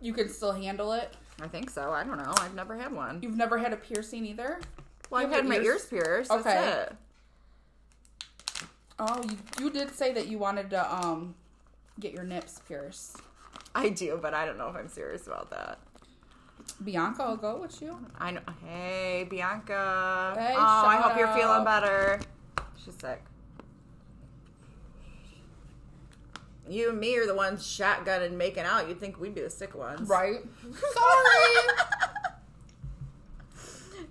A: You can still handle it.
B: I think so. I don't know. I've never had one.
A: You've never had a piercing either?
B: Well, I've
A: You've
B: had
A: had
B: my
A: ears-
B: ears pierced.
A: Okay.
B: That's it.
A: Oh, you, you did say that you wanted to um get your nips pierced.
B: I do, but I don't know if I'm serious about that.
A: Bianca, I'll go with you.
B: I know. Hey, Bianca.
A: Hey,
B: oh, I
A: shout
B: hope you're feeling
A: out.
B: better. She's sick. You and me are the ones shotgunning, making out. You'd think we'd be the sick ones,
A: Right? Sorry.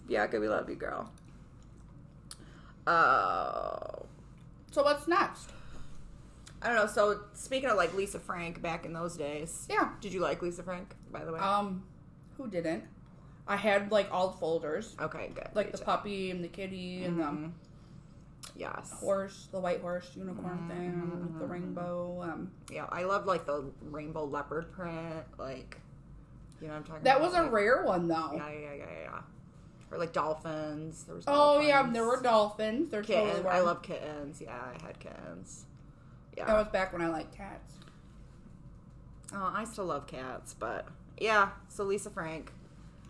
B: Bianca, we love you, girl. Oh.
A: so what's next?
B: I don't know. So, speaking of like Lisa Frank back in those days.
A: Yeah.
B: Did you like Lisa Frank, by the way?
A: Um, who didn't? I had like all the folders,
B: okay, good.
A: like
B: Me
A: the um,
B: too.
A: puppy and the kitty and
B: Mm-hmm.
A: the
B: Yes.
A: horse, the white horse, unicorn thing, with the rainbow. Um,
B: Yeah, I love like the rainbow leopard print. Like, you know what I'm talking
A: that
B: about?
A: was a
B: Like,
A: rare one though.
B: Yeah, yeah, yeah, yeah, yeah. Or like dolphins. There was
A: Oh yeah,
B: dolphins.
A: there were dolphins. There
B: kittens.
A: totally were.
B: I love kittens. Yeah, I had kittens. Yeah.
A: That was back when I liked cats.
B: Oh, I still love cats, but yeah. So Lisa Frank,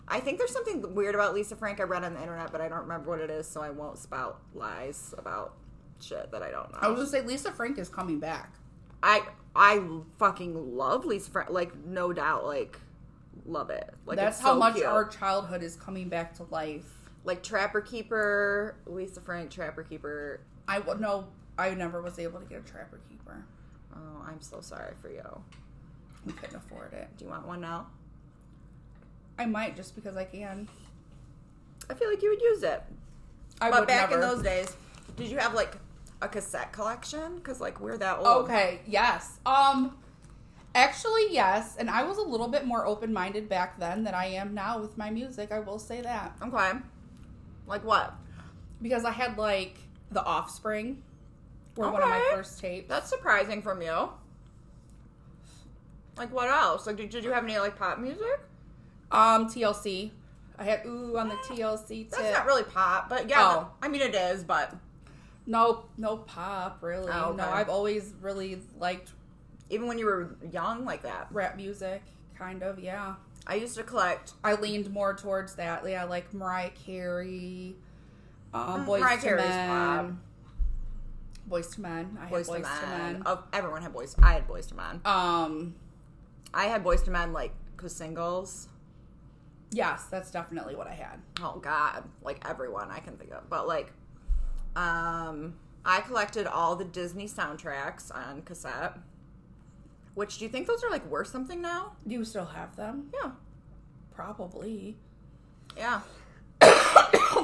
B: I think there's something weird about Lisa Frank. I read on the internet, but I don't remember what it is, so I won't spout lies about shit that I don't know.
A: I was gonna say Lisa Frank is coming back.
B: I I fucking love Lisa Frank. Like no doubt, like love it. Like
A: That's
B: it's
A: how
B: so
A: much
B: cute.
A: our childhood is coming back to life.
B: like Trapper Keeper, Lisa Frank, Trapper Keeper.
A: I w- no, I never was able to get a Trapper Keeper.
B: Oh, I'm so sorry for you.
A: We couldn't afford it.
B: Do you want one now?
A: I might just because I can.
B: I feel like you would use it.
A: I
B: but
A: would
B: back in
A: never.
B: those days, did you have like a cassette collection? Because like we're that old.
A: Okay, yes. Um actually yes, and I was a little bit more open-minded back then than I am now with my music, I will say that.
B: Okay. Like what?
A: Because I had like The Offspring were one of my
B: Okay.
A: first tapes.
B: That's surprising from you. Like what else? Like did, did you have any like pop music?
A: Um TLC. I had ooh on the TLC
B: Eh, That's
A: tip.
B: not really pop, but yeah.
A: Oh.
B: I mean it is, but
A: no, no pop really.
B: Oh, okay.
A: No, I've always really liked
B: even when you were young like that,
A: rap music kind of, yeah.
B: I used to collect.
A: I leaned more towards that. Yeah, like Mariah Carey, um,
B: Mm,
A: Boys
B: Mariah
A: to
B: Carey's
A: Men.
B: pop.
A: Boys to Men. I
B: Boys,
A: had Boys
B: to Men.
A: to Men.
B: Oh, everyone had boys. I had boys to men.
A: Um,
B: I had boys to men like 'cause singles.
A: yes, that's definitely what I had.
B: oh god like everyone i can think of but like um i collected all the disney soundtracks on cassette which do you think those are like worth something now
A: Do you still have them?
B: yeah
A: Probably.
B: yeah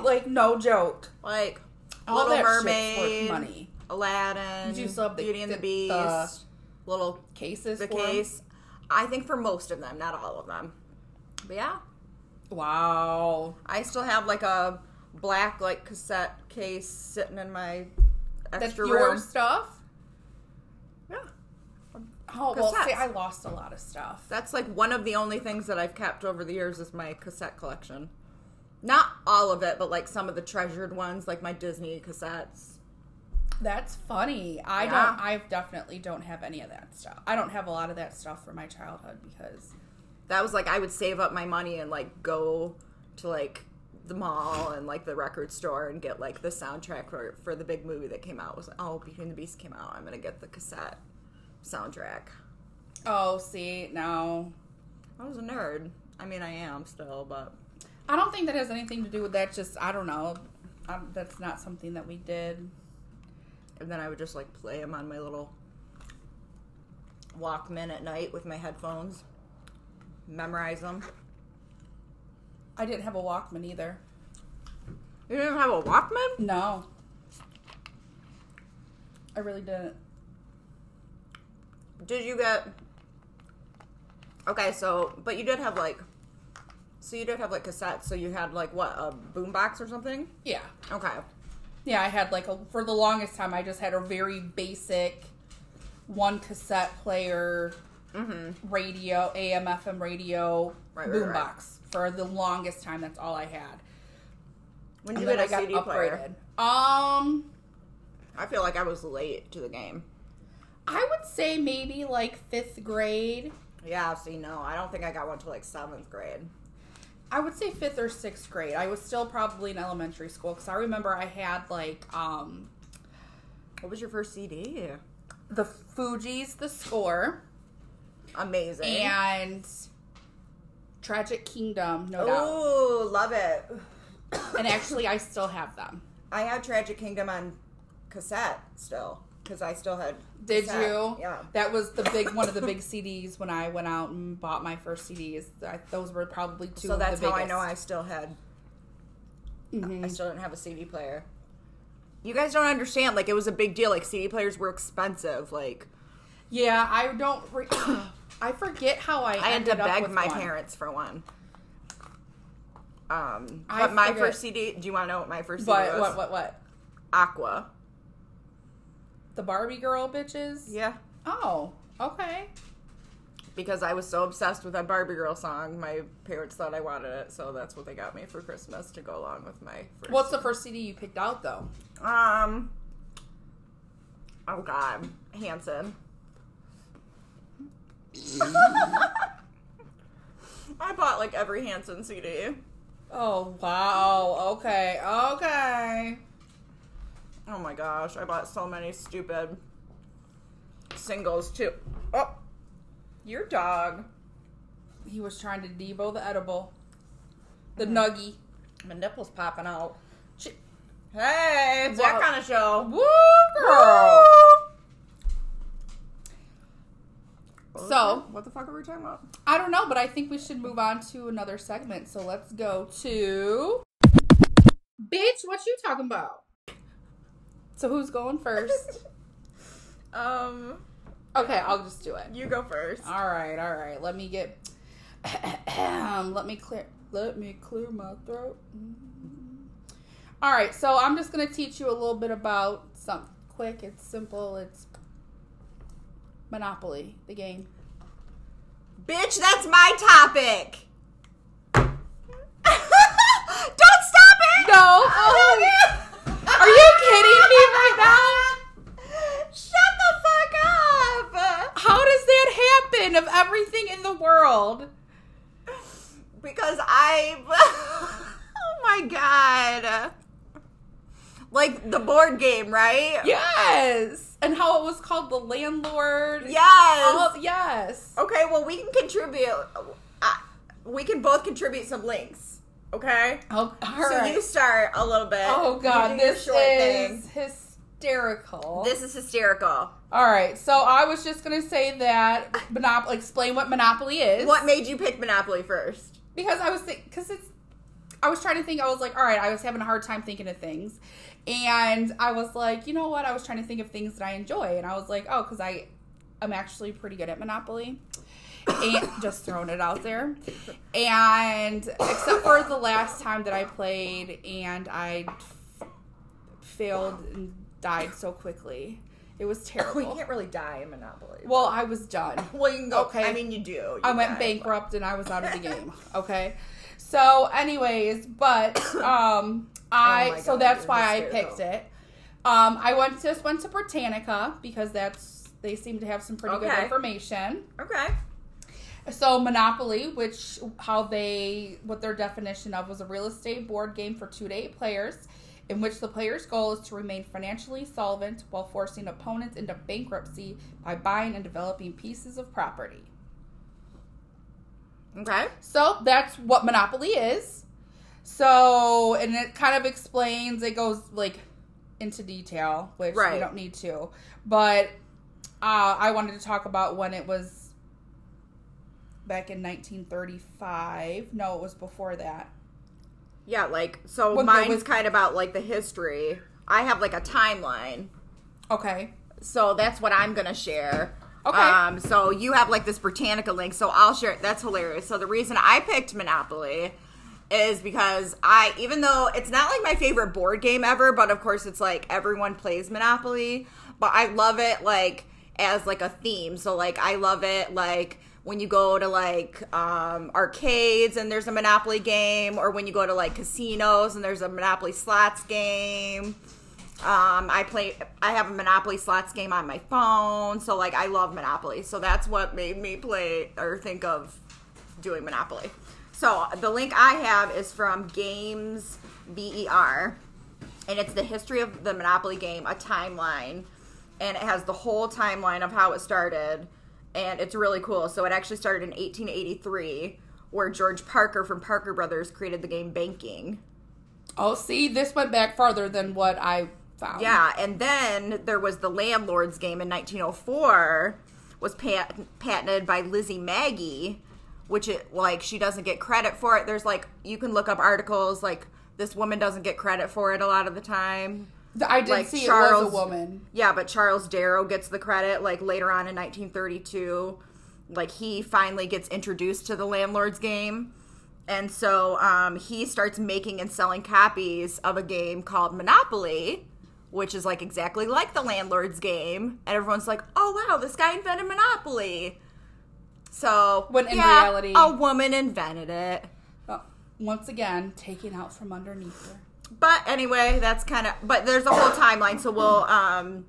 A: like no joke.
B: like
A: All
B: little
A: that shit's worth
B: mermaid
A: money.
B: aladdin
A: You do still have the-
B: beauty and the,
A: the-
B: beast
A: the-
B: little
A: Cases.
B: the
A: for 'em.
B: case i think for most of them not all of them but yeah
A: Wow.
B: i still have like a black like cassette case sitting in my extra
A: That's your
B: room
A: stuff.
B: yeah
A: Oh well, see,
B: Cassettes.
A: I lost a lot of stuff.
B: That's like one of the only things that I've kept over the years is my cassette collection. Not all of it, but like some of the treasured ones, like my Disney cassettes.
A: That's funny. I
B: Yeah.
A: don't. I definitely don't have any of that stuff. I don't have a lot of that stuff from my childhood because
B: That was like I would save up my money and like go to like the mall and like the record store and get like the soundtrack for for the big movie that came out. It was like, oh, Beauty and the Beast came out. I'm gonna get the cassette soundtrack.
A: Oh, see, no.
B: I was a nerd. I mean, I am still, but
A: I don't think that has anything to do with that. Just, I don't know. i that's not something that we did.
B: and then I would just like play them on my little Walkman at night with my headphones, memorize them.
A: I didn't have a Walkman either.
B: You didn't have a Walkman?
A: No. I really didn't.
B: Did you get? Okay, so but you did have like, so you did have like cassettes. So you had like what a boombox or something?
A: Yeah.
B: Okay,
A: Yeah, I had like a, for the longest time, I just had a very basic one cassette player, radio, AM, FM radio,
B: Mm-hmm. Right, right,
A: boombox.
B: right.
A: For the longest time, that's all I had.
B: when
A: And
B: you
A: then
B: get
A: I
B: a
A: got
B: CD player,
A: upgraded. Um,
B: I feel like I was late to the game.
A: I would say maybe like fifth grade.
B: Yeah, see, no, I don't think I got one till like seventh grade.
A: I would say fifth or sixth grade. I was still probably in elementary school because I remember I had like um,
B: What was your first CD?
A: the Fugees, the score,
B: Amazing.
A: and Tragic Kingdom, no doubt.
B: Ooh, love it.
A: And actually, I still have them.
B: I had Tragic Kingdom on cassette still because I still had.
A: Did
B: cassette.
A: you?
B: Yeah.
A: That was the big one of the big CDs when I went out and bought my first CDs. I, those were probably two.
B: So
A: of
B: that's
A: the
B: how I
A: biggest.
B: know I still had.
A: Mhm.
B: I still didn't have a CD player. You guys don't understand. Like it was a big deal. Like CD players were expensive. Like
A: Yeah, I don't. Re- I forget how I.
B: I had to
A: ended up
B: beg
A: with
B: my
A: one.
B: parents for one. Um,
A: I
B: but my
A: forget.
B: first CD. Do you want to know what my first CD
A: But
B: was?
A: what? What? What?
B: Aqua.
A: The Barbie girl bitches.
B: Yeah.
A: Oh, okay.
B: Because I was so obsessed with that Barbie Girl song, my parents thought I wanted it, so that's what they got me for Christmas to go along with my first
A: What's the first CD you picked out though?
B: Um. Oh God, Hanson. I bought like every Hanson CD.
A: Oh wow. Okay. Okay.
B: Oh my gosh, I bought so many stupid singles too. Oh, your dog.
A: He was trying to debo the edible, the nuggy.
B: Mm-hmm. My nipples popping out.
A: Ch-
B: Hey, it's that
A: Wow.
B: kind of show.
A: Woo, girl. So-
B: what the fuck are we talking about?
A: I don't know, but I think we should move on to another segment. So let's go to
C: Bitch, what you talking about?
A: So who's going first?
B: Um,
A: okay, I'll just do it.
B: you go first.
A: All right, all right. Let me get let me clear let me clear my throat. All right, so I'm just going to teach you a little bit about something quick, it's simple, it's Monopoly, the game.
B: Bitch, that's my topic. Don't stop it.
A: No. oh, Are you kidding me right
B: now? Shut the fuck up.
A: How does that happen of everything in the world?
B: Because I. oh my god. Like the board game, right?
A: Yes. And how it was called the landlord.
B: Yes.
A: All- yes.
B: Okay, well, we can contribute. I, we can both contribute some links. Okay?
A: Oh, all
B: so
A: right.
B: you start a little bit.
A: oh
B: You
A: god,
B: do your
A: this
B: short thing.
A: is hysterical.
B: This is hysterical.
A: all right. So I was just going to say that Monopoly explain what Monopoly is.
B: What made you pick Monopoly first?
A: because I was think because it's I was trying to think I was like all right I was having a hard time thinking of things and I was like you know what I was trying to think of things that I enjoy and I was like oh because I I'm actually pretty good at Monopoly and just throwing it out there and except for the last time that I played and I f- failed and died so quickly it was
B: Well,
A: terrible
B: you can't really die in Monopoly.
A: well I was done
B: Well, you can go.
A: Okay.
B: I mean, you do. You
A: I went
B: die.
A: bankrupt and I was out of the game. Okay. So, anyways, but um, I
B: Oh my
A: so
B: God,
A: that's
B: you're
A: why I
B: hysterical.
A: picked it. Um, I went just went to Britannica because that's they seem to have some pretty good
B: Okay.
A: information.
B: Okay.
A: So Monopoly, which how they what their definition of was a real estate board game for two to eight players, in which the player's goal is to remain financially solvent while forcing opponents into bankruptcy by buying and developing pieces of property.
B: Okay.
A: So that's what Monopoly is. So, and it kind of explains, it goes like into detail, which we
B: Right.
A: don't need to. But uh, I wanted to talk about when it was back in 1935. No, it was before that.
B: Yeah, like so.
A: What-
B: mine's
A: what-
B: kind of about like the history. I have like a timeline,
A: Okay.
B: so that's what I'm gonna share.
A: Okay.
B: Um, so you have like this Britannica link, so I'll share. it. That's hilarious. So the reason I picked Monopoly is because I, even though it's not like my favorite board game ever, but of course it's like everyone plays Monopoly, but I love it like as like a theme. So like I love it like when you go to like um, arcades and there's a Monopoly game, or when you go to like casinos and there's a Monopoly slots game. Um, I play. I have a Monopoly slots game on my phone, so like I love Monopoly. So that's what made me play or think of doing Monopoly. So the link I have is from Games Ver, and it's the history of the Monopoly game, a timeline, and it has the whole timeline of how it started, and it's really cool. So it actually started in 1883, where George Parker from Parker Brothers created the game Banking.
A: Oh, see, this went back farther than what I found.
B: Yeah, and then there was the landlord's game in 1904 was pat- patented by Lizzie Maggie, which it like she doesn't get credit for it. There's like you can look up articles like this woman doesn't get credit for it a lot of the time.
A: Th- I did
B: Like
A: see it was
B: Charles-
A: a woman.
B: Yeah, but Charles Darrow gets the credit like later on in 1932. Like he finally gets introduced to the landlord's game. And so um, he starts making and selling copies of a game called Monopoly, which is like exactly like the landlord's game. And everyone's like, oh, wow, this guy invented Monopoly. So,
A: When in
B: yeah,
A: reality-
B: a woman invented it.
A: Uh, Once again, taken out from underneath her.
B: But anyway, that's kind of. But there's a whole timeline, so we'll um,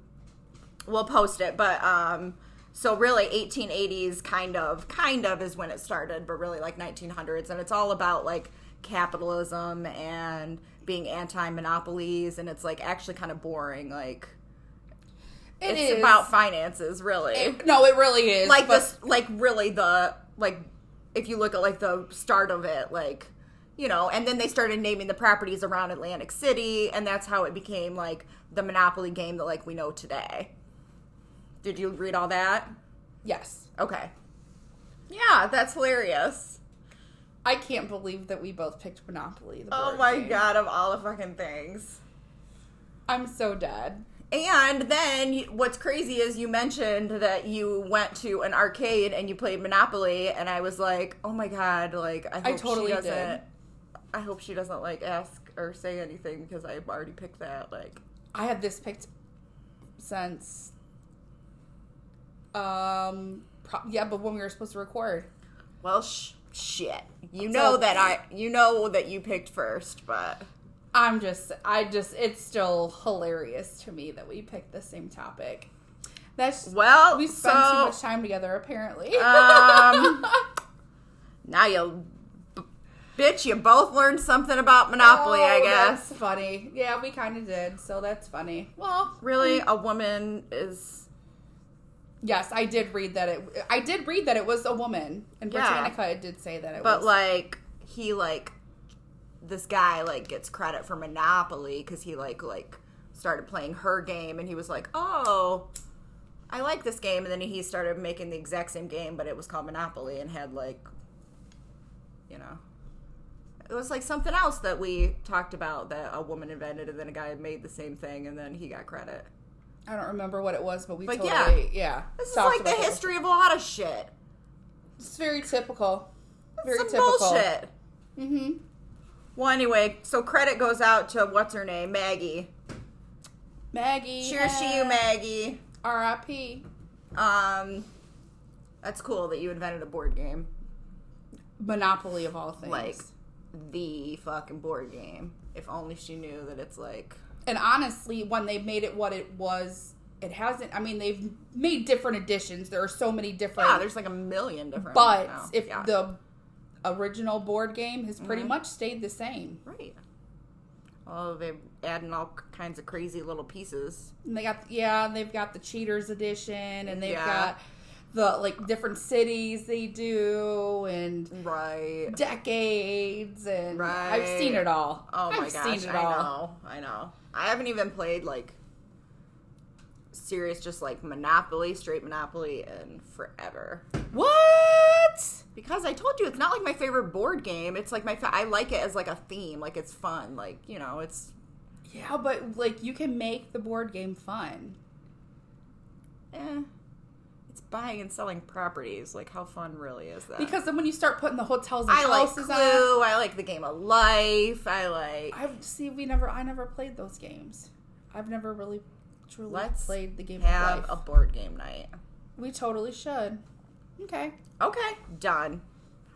B: we'll post it. But um, so really, 1880s kind of, kind of is when it started, but really like 1900s, and it's all about like capitalism and being anti-monopolies, and it's like actually kind of boring. Like
A: It
B: it's
A: is-
B: about finances, really.
A: No, it really is.
B: like
A: but-
B: this, like really the like if you look at like the start of it, like you know, and then they started naming the properties around Atlantic City, and that's how it became like the Monopoly game that like we know today. Did you read all that?
A: Yes.
B: Okay, Yeah, that's hilarious.
A: I can't believe that we both picked Monopoly. the
B: Oh
A: board
B: my
A: game.
B: god, of all the fucking things.
A: I'm so dead.
B: And then you- what's crazy is you mentioned that you went to an arcade and you played Monopoly, and I was like, oh my god, like I hope
A: totally
B: she doesn't.
A: did.
B: I hope she doesn't like ask or say anything because I already picked that. Like,
A: I had this picked since. Um. Pro- yeah, but when we were supposed to record.
B: well, sh- shit. You know that I, you know that you picked first, but
A: I'm just, I just, it's still hilarious to me that we picked the same topic. That's
B: well,
A: we spent
B: so, uh,
A: too much time together, apparently.
B: Um, now you, b- bitch, you both learned something about Monopoly, I
A: Oh,
B: guess.
A: That's funny. Yeah, we kind of did, so that's funny. Well,
B: Really, a woman is.
A: yes, I did read that it. I did read that it was a woman in
B: Yeah.
A: Britannica. It did say that it
B: But
A: was.
B: like, he like, this guy like gets credit for Monopoly because he like like started playing her game and he was like, oh. I like this game, and then he started making the exact same game, but it was called Monopoly and had like, you know, it was like something else that we talked about that a woman invented, and then a guy made the same thing, and then he got credit.
A: I don't remember what it was, but we
B: But yeah.
A: totally yeah.
B: This is
A: talked
B: like the
A: about it.
B: history of a lot of shit.
A: It's very typical. Very
B: Some
A: typical.
B: bullshit.
A: Mm-hmm.
B: Well, anyway, so credit goes out to what's her name, Maggie.
A: Maggie. eh,
B: Cheers to you,
A: yeah.
B: Maggie.
A: R.I.P.
B: Um, that's cool that you invented a board game,
A: Monopoly of all things.
B: like the fucking board game. If only she knew that it's like
A: and honestly, when they made it what it was, it hasn't. I mean, they've made different editions. There are so many different.
B: yeah, ah, there's like a million different.
A: but
B: now.
A: if
B: Yeah. Mm-hmm.
A: the original board game has pretty much stayed the same,
B: right, oh, they're adding all kinds of crazy little pieces.
A: and they got yeah, they've got the cheaters edition, and they've
B: Yeah.
A: got the like different cities they do, and
B: Right.
A: decades, and I've
B: Right.
A: seen it all.
B: Oh my
A: I've
B: gosh,
A: seen it
B: I
A: all.
B: know, I know. I haven't even played like serious, just like Monopoly, straight Monopoly, in forever.
A: What?
B: Because I told you, it's not like my favorite board game. It's like my fa- I like it as like a theme, like it's fun, like you know, it's
A: Yeah, but like you can make the board game fun.
B: eh, it's buying and selling properties. Like how fun really is that?
A: Because then when you start putting the hotels and
B: I like
A: houses
B: Clue.
A: on,
B: I like the game of life. I like.
A: I see. We never. I never played those games. I've never really, truly
B: Let's
A: played the game
B: have
A: of
B: a
A: life.
B: board game night.
A: we totally should. Okay.
B: Okay, done.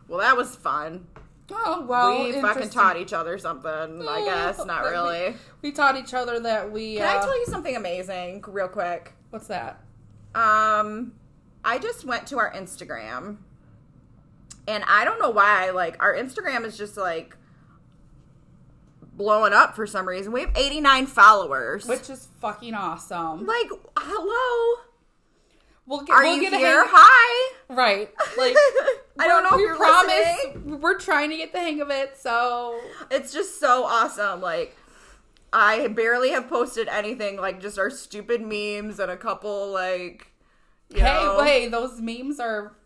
B: Well, that was fun.
A: Oh well.
B: we fucking
A: interesting.
B: taught each other something, I
A: Oh,
B: guess. Not
A: but we-
B: really.
A: We taught each other that we.
B: Can I
A: uh,
B: tell you something amazing, real quick?
A: What's that?
B: Um, I just went to our Instagram, and I don't know why. Like, our Instagram is just like blowing up for some reason. We have 89 followers.
A: Which is fucking awesome.
B: like, hello,
A: We'll get.
B: are
A: we'll
B: you
A: get a
B: here?
A: hang-
B: Hi.
A: right. Like.
B: I don't know if
A: we
B: you're
A: promise
B: listening.
A: we're trying to get the hang of it. So
B: It's just so awesome. Like, I barely have posted anything, like, just our stupid memes and a couple, like, you know,
A: hey, wait, those memes are.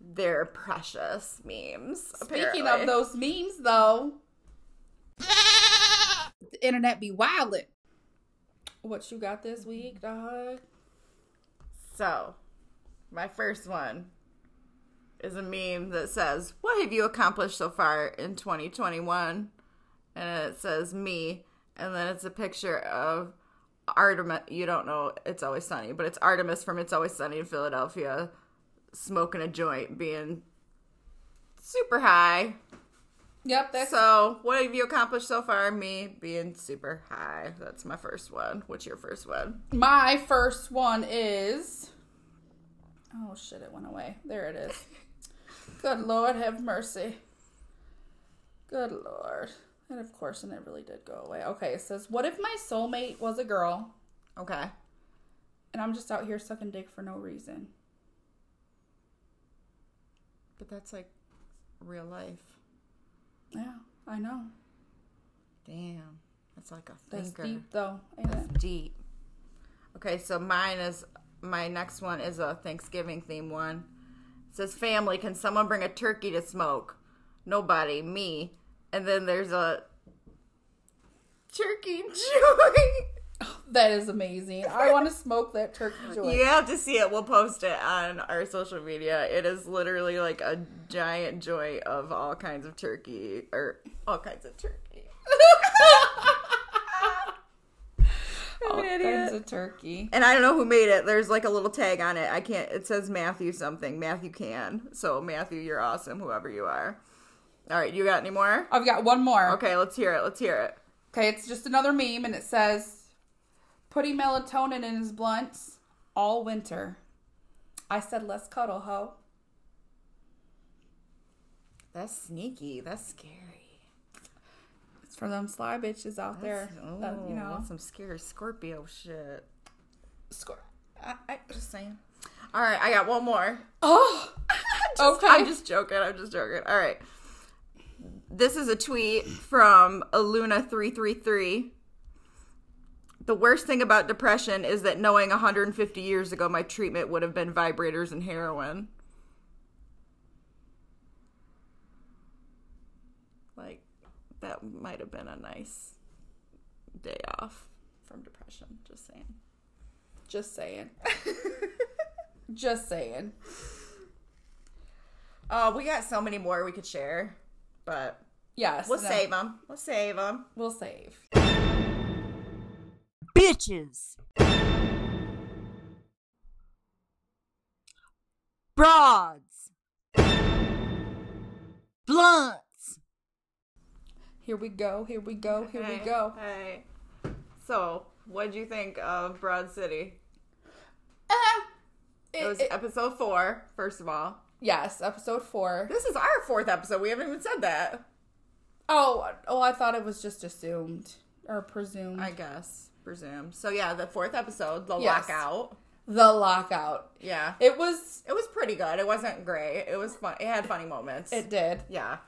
B: they're precious memes.
A: Speaking
B: apparently.
A: of those memes, though, the internet be wildin'. What you got this week, dog?
B: So, my first one is a meme that says, What have you accomplished so far in 2021? And it says, Me. And then it's a picture of Artemis. You don't know It's Always Sunny, but it's Artemis from It's Always Sunny in Philadelphia smoking a joint, being super high.
A: Yep, that's
B: So, what have you accomplished so far? Me being super high. That's my first one. What's your first one?
A: my first one. Is oh shit, it went away. There it is. Good lord, have mercy. Good lord, and of course, and it really did go away. Okay, it says, "What if my soulmate was a girl,
B: Okay.
A: and I'm just out here sucking dick for no reason?"
B: But that's like real life.
A: Yeah, I know.
B: Damn. That's like a
A: That's
B: thinker.
A: deep, though. Ain't it?
B: Deep. Okay, so mine is my next one is a Thanksgiving theme one. says, Family, can someone bring a turkey to smoke? Nobody, me. And then there's a turkey joint.
A: That is amazing. I want to smoke that turkey joint.
B: you have to see it. We'll post it on our social media. It is literally like a giant joint of all kinds of turkey, or all kinds of turkey.
A: All
B: an idiot.
A: kinds of turkey.
B: And I don't know who made it. There's like a little tag on it. I can't. It says Matthew something. Matthew can. So Matthew, you're awesome. Whoever you are. All right, you got any more?
A: I've got one more.
B: Okay, let's hear it. Let's hear it.
A: Okay, it's just another meme, and it says, "Putting melatonin in his blunts all winter." I said, "Let's cuddle, ho."
B: That's sneaky. That's scary.
A: It's for them sly bitches out there. that, you know,
B: Oh, some scary Scorpio shit.
A: score.
B: I, I just saying. All right, I got one more.
A: Oh, okay.
B: I'm just joking. I'm just joking. All right. This is a tweet from Aluna333. The worst thing about depression is that knowing 150 years ago my treatment would have been vibrators and heroin. Like, that might have been a nice day off from depression. Just saying.
A: Just saying. Just saying.
B: Uh, we got so many more we could share, but
A: Yes.
B: we'll
A: no,
B: save um, them. We'll save them.
A: We'll save.
D: bitches. Broads. Blunts.
A: Here we go. Here we go. Here we
B: Hey,
A: go.
B: hey. So, what'd you think of Broad City?
A: Uh,
B: Uh-huh. It was episode four, first of all.
A: yes, episode four.
B: This is our fourth episode. We haven't even said that.
A: Oh, oh, I thought it was just assumed or presumed.
B: I guess, presume. So, yeah, the fourth episode, The
A: Yes.
B: Lockout.
A: the lockout.
B: Yeah. It,
A: It was.
B: was pretty good. It wasn't great. It was fun. It had funny moments.
A: It did.
B: yeah.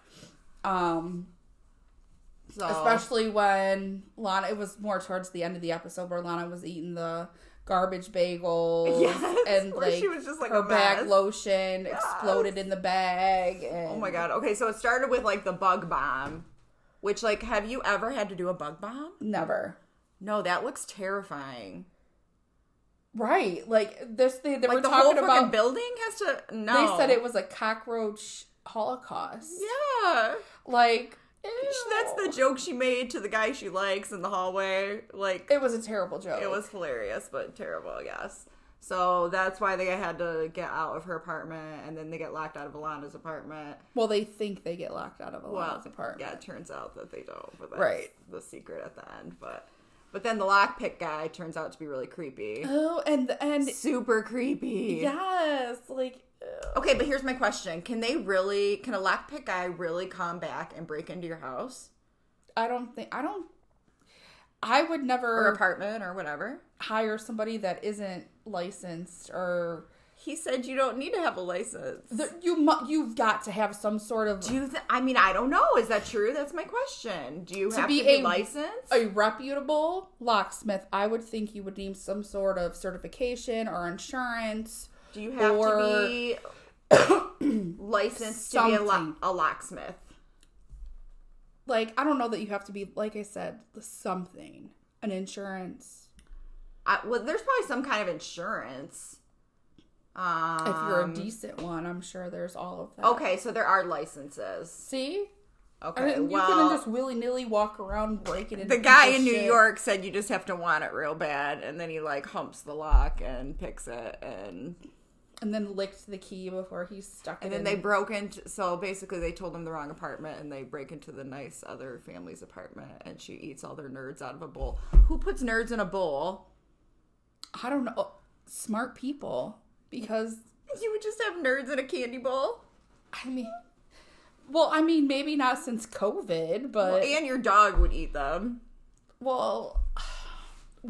A: Um,
B: So,
A: especially when Lana. It was more towards the end of the episode where Lana was eating the garbage bagels
B: Yes,
A: and
B: where
A: like,
B: she was just, like,
A: her
B: a
A: bag
B: mess.
A: lotion exploded in the bag. And
B: oh my God. Okay, so it started with like the bug bomb, which, like, have you ever had to do a bug bomb?
A: Never.
B: No, that looks terrifying.
A: Right. Like this they, they
B: Like,
A: were
B: the whole
A: talking
B: fucking
A: about
B: building has to. No.
A: they said it was a cockroach holocaust.
B: Yeah.
A: Like
B: She- That's
A: ew.
B: the joke she made to the guy she likes in the hallway. Like
A: It was a terrible joke.
B: it was hilarious but terrible, yes. So that's why they had to get out of her apartment and then they get locked out of Alana's apartment.
A: Well, they think they get locked out of a
B: Well,
A: Alana's apartment.
B: yeah, it turns out that they don't, but that's
A: Right.
B: the secret at the end. But but then the lockpick guy turns out to be really creepy.
A: Oh, and and
B: Super creepy.
A: yes, like ew.
B: Okay, but here's my question. Can they really can a lockpick guy really come back and break into your house
A: I don't think I don't I would
B: or
A: never
B: apartment or whatever?
A: hire somebody that isn't licensed or
B: He said you don't need to have a license.
A: the, you mu- you've got to have some sort of
B: Do you th- I mean I don't know. Is that true? That's my question. Do you have
A: be
B: to be
A: a-
B: licensed?
A: a reputable locksmith, I would think you would need some sort of certification or insurance.
B: Do you have
A: or-
B: to be licensed to be a, lo-
A: Something.
B: a locksmith?
A: Like, I don't know that you have to be, like I said, something. An insurance.
B: I, well, there's probably some kind of insurance. Um,
A: If you're a decent one, I'm sure there's all of that.
B: okay, so there are licenses.
A: See?
B: Okay,
A: I mean, you
B: well,
A: couldn't just willy nilly walk around breaking into
B: the guy
A: people's
B: in New
A: shit.
B: York said you just have to want it real bad, and then he like humps the lock and picks it, and
A: And then licked the key before he stuck it
B: And then
A: in.
B: they broke into. So basically, they told them the wrong apartment, and they break into the nice other family's apartment, and she eats all their nerds out of a bowl. Who puts nerds in a bowl?
A: I don't know. Smart people. Because,
B: You would just have nerds in a candy bowl,
A: I mean. Well, I mean, maybe not since COVID, but.
B: and your dog would eat them.
A: Well,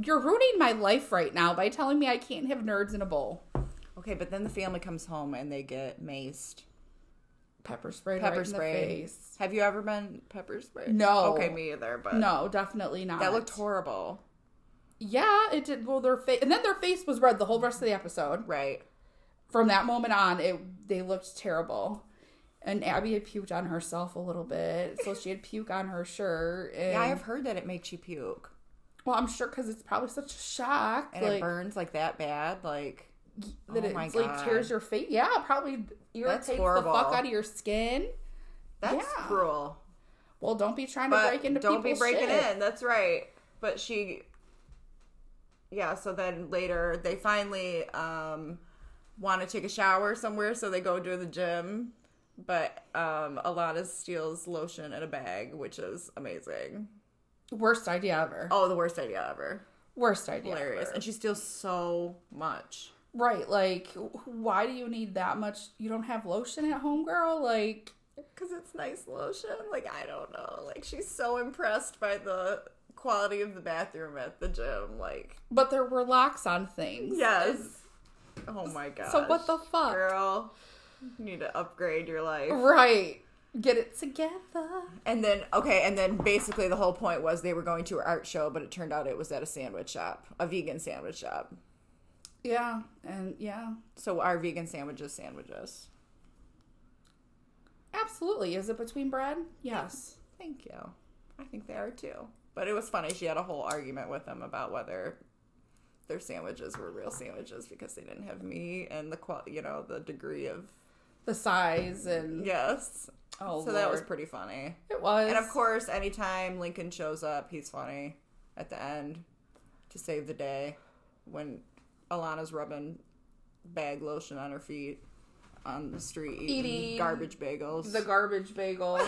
A: you're ruining my life right now by telling me I can't have nerds in a bowl.
B: Okay, but then the family comes home and they get maced.
A: Pepper spray,
B: Pepper
A: pepper right spray.
B: spray.
A: face.
B: Have you ever been pepper sprayed?
A: No.
B: Okay, me either. But
A: No, definitely not.
B: that looked horrible.
A: Yeah, it did. Well, their face, and then their face was red the whole rest of the episode.
B: Right.
A: from that moment on, it they looked terrible. And Abby had puked on herself a little bit, so she had puke on her shirt. And,
B: Yeah, I have heard that it makes you puke
A: well, I'm sure because it's probably such a shock
B: and
A: like,
B: it burns like that bad. Like,
A: that
B: oh
A: it
B: my
A: like tears
B: God.
A: your face. Yeah, probably irritates the
B: horrible.
A: fuck out of your skin.
B: that's
A: Yeah.
B: cruel.
A: Well, don't be trying to
B: But
A: break into
B: don't be
A: people's
B: breaking
A: shit.
B: in. That's right. But she, yeah. So then later they finally um, want to take a shower somewhere, so they go to the gym. But um, Alana steals lotion in a bag, which is amazing.
A: Worst idea ever.
B: Oh, the worst idea ever!
A: Worst idea.
B: Hilarious.
A: ever.
B: And she steals so much.
A: Right, like wh- why do you need that much? You don't have lotion at home, girl? Like
B: Cause it's nice lotion. Like I don't know. Like she's so impressed by the quality of the bathroom at the gym. Like
A: but there were locks on things.
B: yes. Oh my god.
A: So what the fuck?
B: girl? You need to upgrade your life.
A: Right. Get it together.
B: And then okay, and then basically the whole point was they were going to an art show, but it turned out it was at a sandwich shop, a vegan sandwich shop.
A: Yeah, and yeah.
B: So are vegan sandwiches sandwiches?
A: Absolutely. Is it between bread? Yes.
B: Thank you. I think they are too. But it was funny. She had a whole argument with them about whether their sandwiches were real sandwiches because they didn't have meat and the qual, you know, the degree of
A: The size and
B: yes.
A: oh,
B: so that was
A: Lord.
B: pretty funny.
A: it was.
B: And of course, anytime Lincoln shows up, he's funny at the end to save the day when Alana's rubbing bag lotion on her feet on the street eating,
A: Eating
B: garbage bagels.
A: the garbage bagel.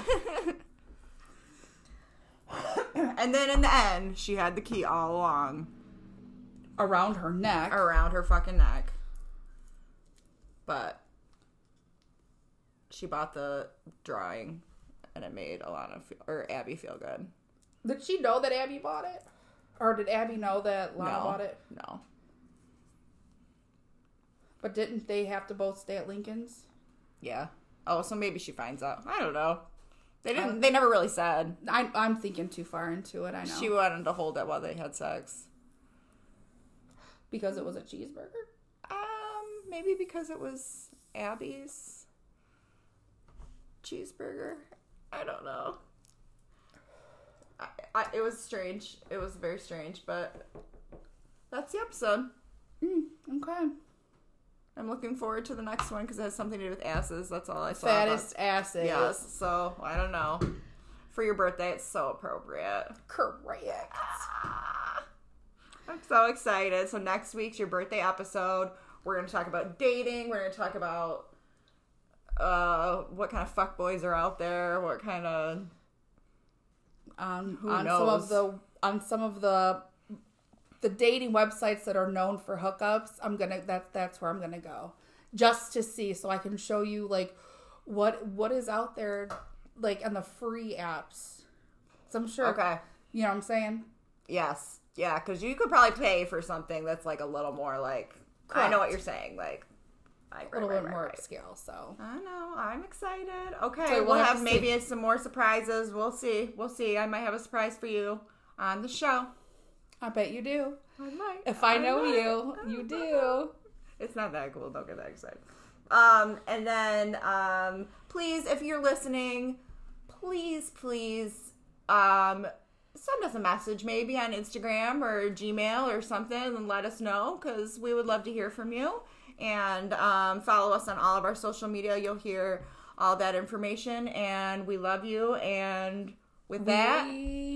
B: and then in the end, she had the key all along.
A: around her neck.
B: around her fucking neck. But she bought the drawing and it made Alana feel, or Abby feel good.
A: Did she know that Abby bought it? Or did Abby know that Lana
B: no.
A: bought it?
B: No.
A: But didn't they have to both stay at Lincoln's?
B: Yeah. Oh, so maybe she finds out. I don't know. They didn't they never really said.
A: I, I'm thinking too far into it. I know
B: She wanted to hold it while they had sex.
A: because it was a cheeseburger.
B: Um, maybe because it was Abby's cheeseburger. I don't know. I, I, it was strange. It was very strange, but that's the episode.
A: Okay,
B: I'm looking forward to the next one because it has something to do with asses. That's all I saw. about-
A: fattest acid.
B: Yes. So I don't know. For your birthday, it's so appropriate.
A: correct.
B: I'm so excited. So next week's your birthday episode. We're gonna talk about dating. We're gonna talk about uh what kind of fuckboys are out there, what kind of
A: Um, on some
B: knows?
A: of the on some of the the dating websites that are known for hookups, I'm gonna that that's where I'm gonna go just to see so I can show you like what what is out there like on the free apps. So I'm sure.
B: Okay.
A: You know what I'm saying?
B: Yes. Yeah, because you could probably pay for something that's like a little more like I know what you're saying, like I,
A: A little
B: right,
A: bit
B: right,
A: more
B: right.
A: upscale. So
B: I know. I'm excited. Okay,
A: So
B: we'll,
A: we'll have
B: have,
A: to
B: maybe some more surprises. We'll see. We'll see. I might have a surprise for you on the show.
A: I bet you do.
B: I might.
A: If I know
B: might.
A: you, you do.
B: It's not that cool. Don't get that excited. Um, and then, um, please, if you're listening, please, please, um, send us a message maybe on Instagram or Gmail or something and let us know because we would love to hear from you. And um, follow us on all of our social media. You'll hear all that information. And we love you. And with that,
A: We